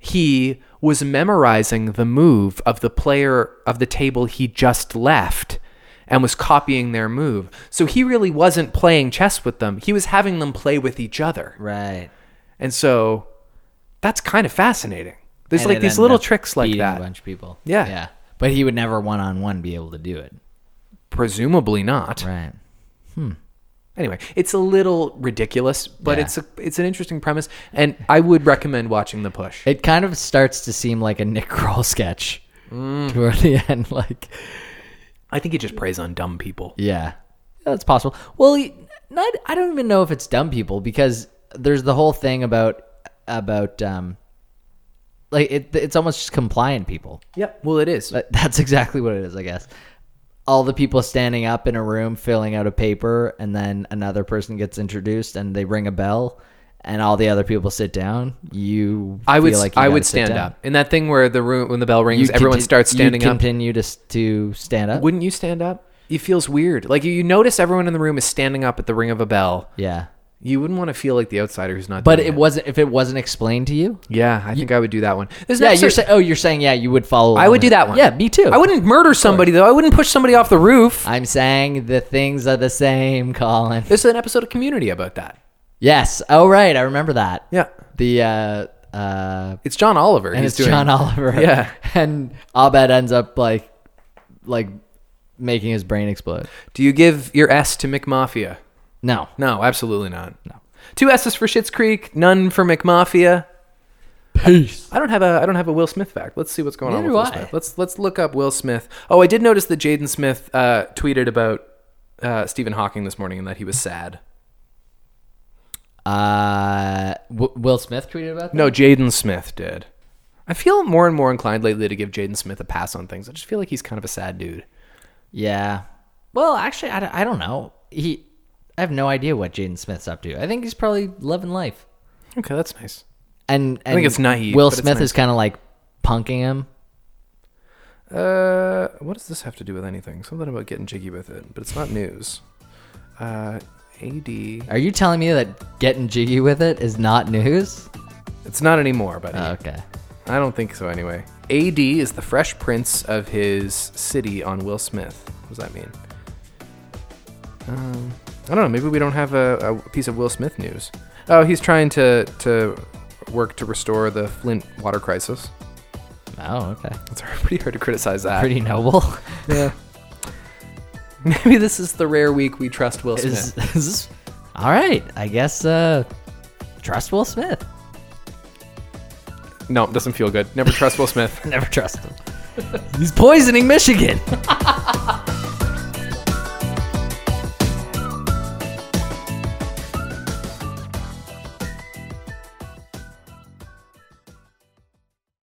he was memorizing the move of the player of the table he just left and was copying their move. So he really wasn't playing chess with them. He was having them play with each other.
right.
And so that's kind of fascinating. There's
And
like
it
these
ended
little
up
tricks like
beating
that.
A bunch of people.
Yeah.
yeah. But he would never one on one be able to do it.
Presumably not.
Right.
Anyway, it's a little ridiculous, but
Yeah.
it's a, it's an interesting premise, and I would recommend watching The Push.
It kind of starts to seem like a Nick Kroll sketch
Mm.
toward the end. [laughs] Like,
I think it just preys on dumb people.
yeah, that's possible. Well, he- not. I don't even know if it's dumb people because there's the whole thing about about um, like it, it's almost just compliant people.
Yep. Well, it is.
That- [laughs] That's exactly what it is, I guess. All the people standing up in a room filling out a paper, and then another person gets introduced, and they ring a bell, and all the other people sit down. You,
I would
feel
s-
like you
I
gotta
would
sit
stand
down.
up in that thing where the room when the bell rings,
You
everyone
conti-
starts standing
you
up.
Continue to s- to stand up.
Wouldn't you stand up? It feels weird. Like you, you notice everyone in the room is standing up at the ring of a bell.
yeah,
You wouldn't want to feel like the outsider who's not.
but
doing
it wasn't if it wasn't explained to you.
Yeah, I think I would do that one. There's an
Yeah,
episode-
you're saying. Oh, you're saying yeah, you would follow.
I
along
would do
with-
that one.
Yeah, me too.
I wouldn't murder somebody though. I wouldn't push somebody off the roof.
I'm saying the things are the same, Colin.
There's an episode of Community about that.
Yes. Oh, right. I remember that.
Yeah.
The uh, uh,
It's John Oliver.
and
He's
it's
doing-
John
[laughs]
Oliver.
Yeah.
[laughs] and Abed ends up like, like, making his brain explode.
Do you give your S to McMafia?
No,
No, absolutely not. No. Two S's for Schitt's Creek, none for McMafia.
peace.
I don't have a I don't have a Will Smith fact. Let's see what's going on
Neither
with Will
do I.
Smith. Let's let's look up Will Smith. Oh, I did notice that Jaden Smith uh, tweeted about uh, Stephen Hawking this morning and that he was sad.
Uh, w- Will Smith tweeted about that.
No, Jaden Smith did. I feel more and more inclined lately to give Jaden Smith a pass on things. I just feel like he's kind of a sad dude.
Yeah. Well, actually, I, don't- I don't know. He, I have no idea what Jaden Smith's up to. I think he's probably loving life.
Okay, that's nice.
And, and
think it's naive,
Will
but it's
Smith
nice.
is kind of like punking him.
Uh, what does this have to do with anything? Something about getting jiggy with it, but it's not news. Uh, AD.
Are you telling me that getting jiggy with it is not news?
It's not anymore, buddy.
Okay.
I don't think so anyway. AD is the fresh prince of his city on Will Smith. What does that mean? Um, I don't know. Maybe we don't have a, a piece of Will Smith news. Oh, he's trying to, to work to restore the Flint water crisis.
Oh, okay.
It's hard, [laughs] pretty hard to criticize that.
Pretty noble.
Yeah. [laughs] Maybe this is the rare week we trust Will Smith.
Is, [laughs] is this, all right. I guess uh, trust Will Smith. [laughs]
No, it doesn't feel good. Never trust Will Smith.
Never trust him. He's poisoning Michigan.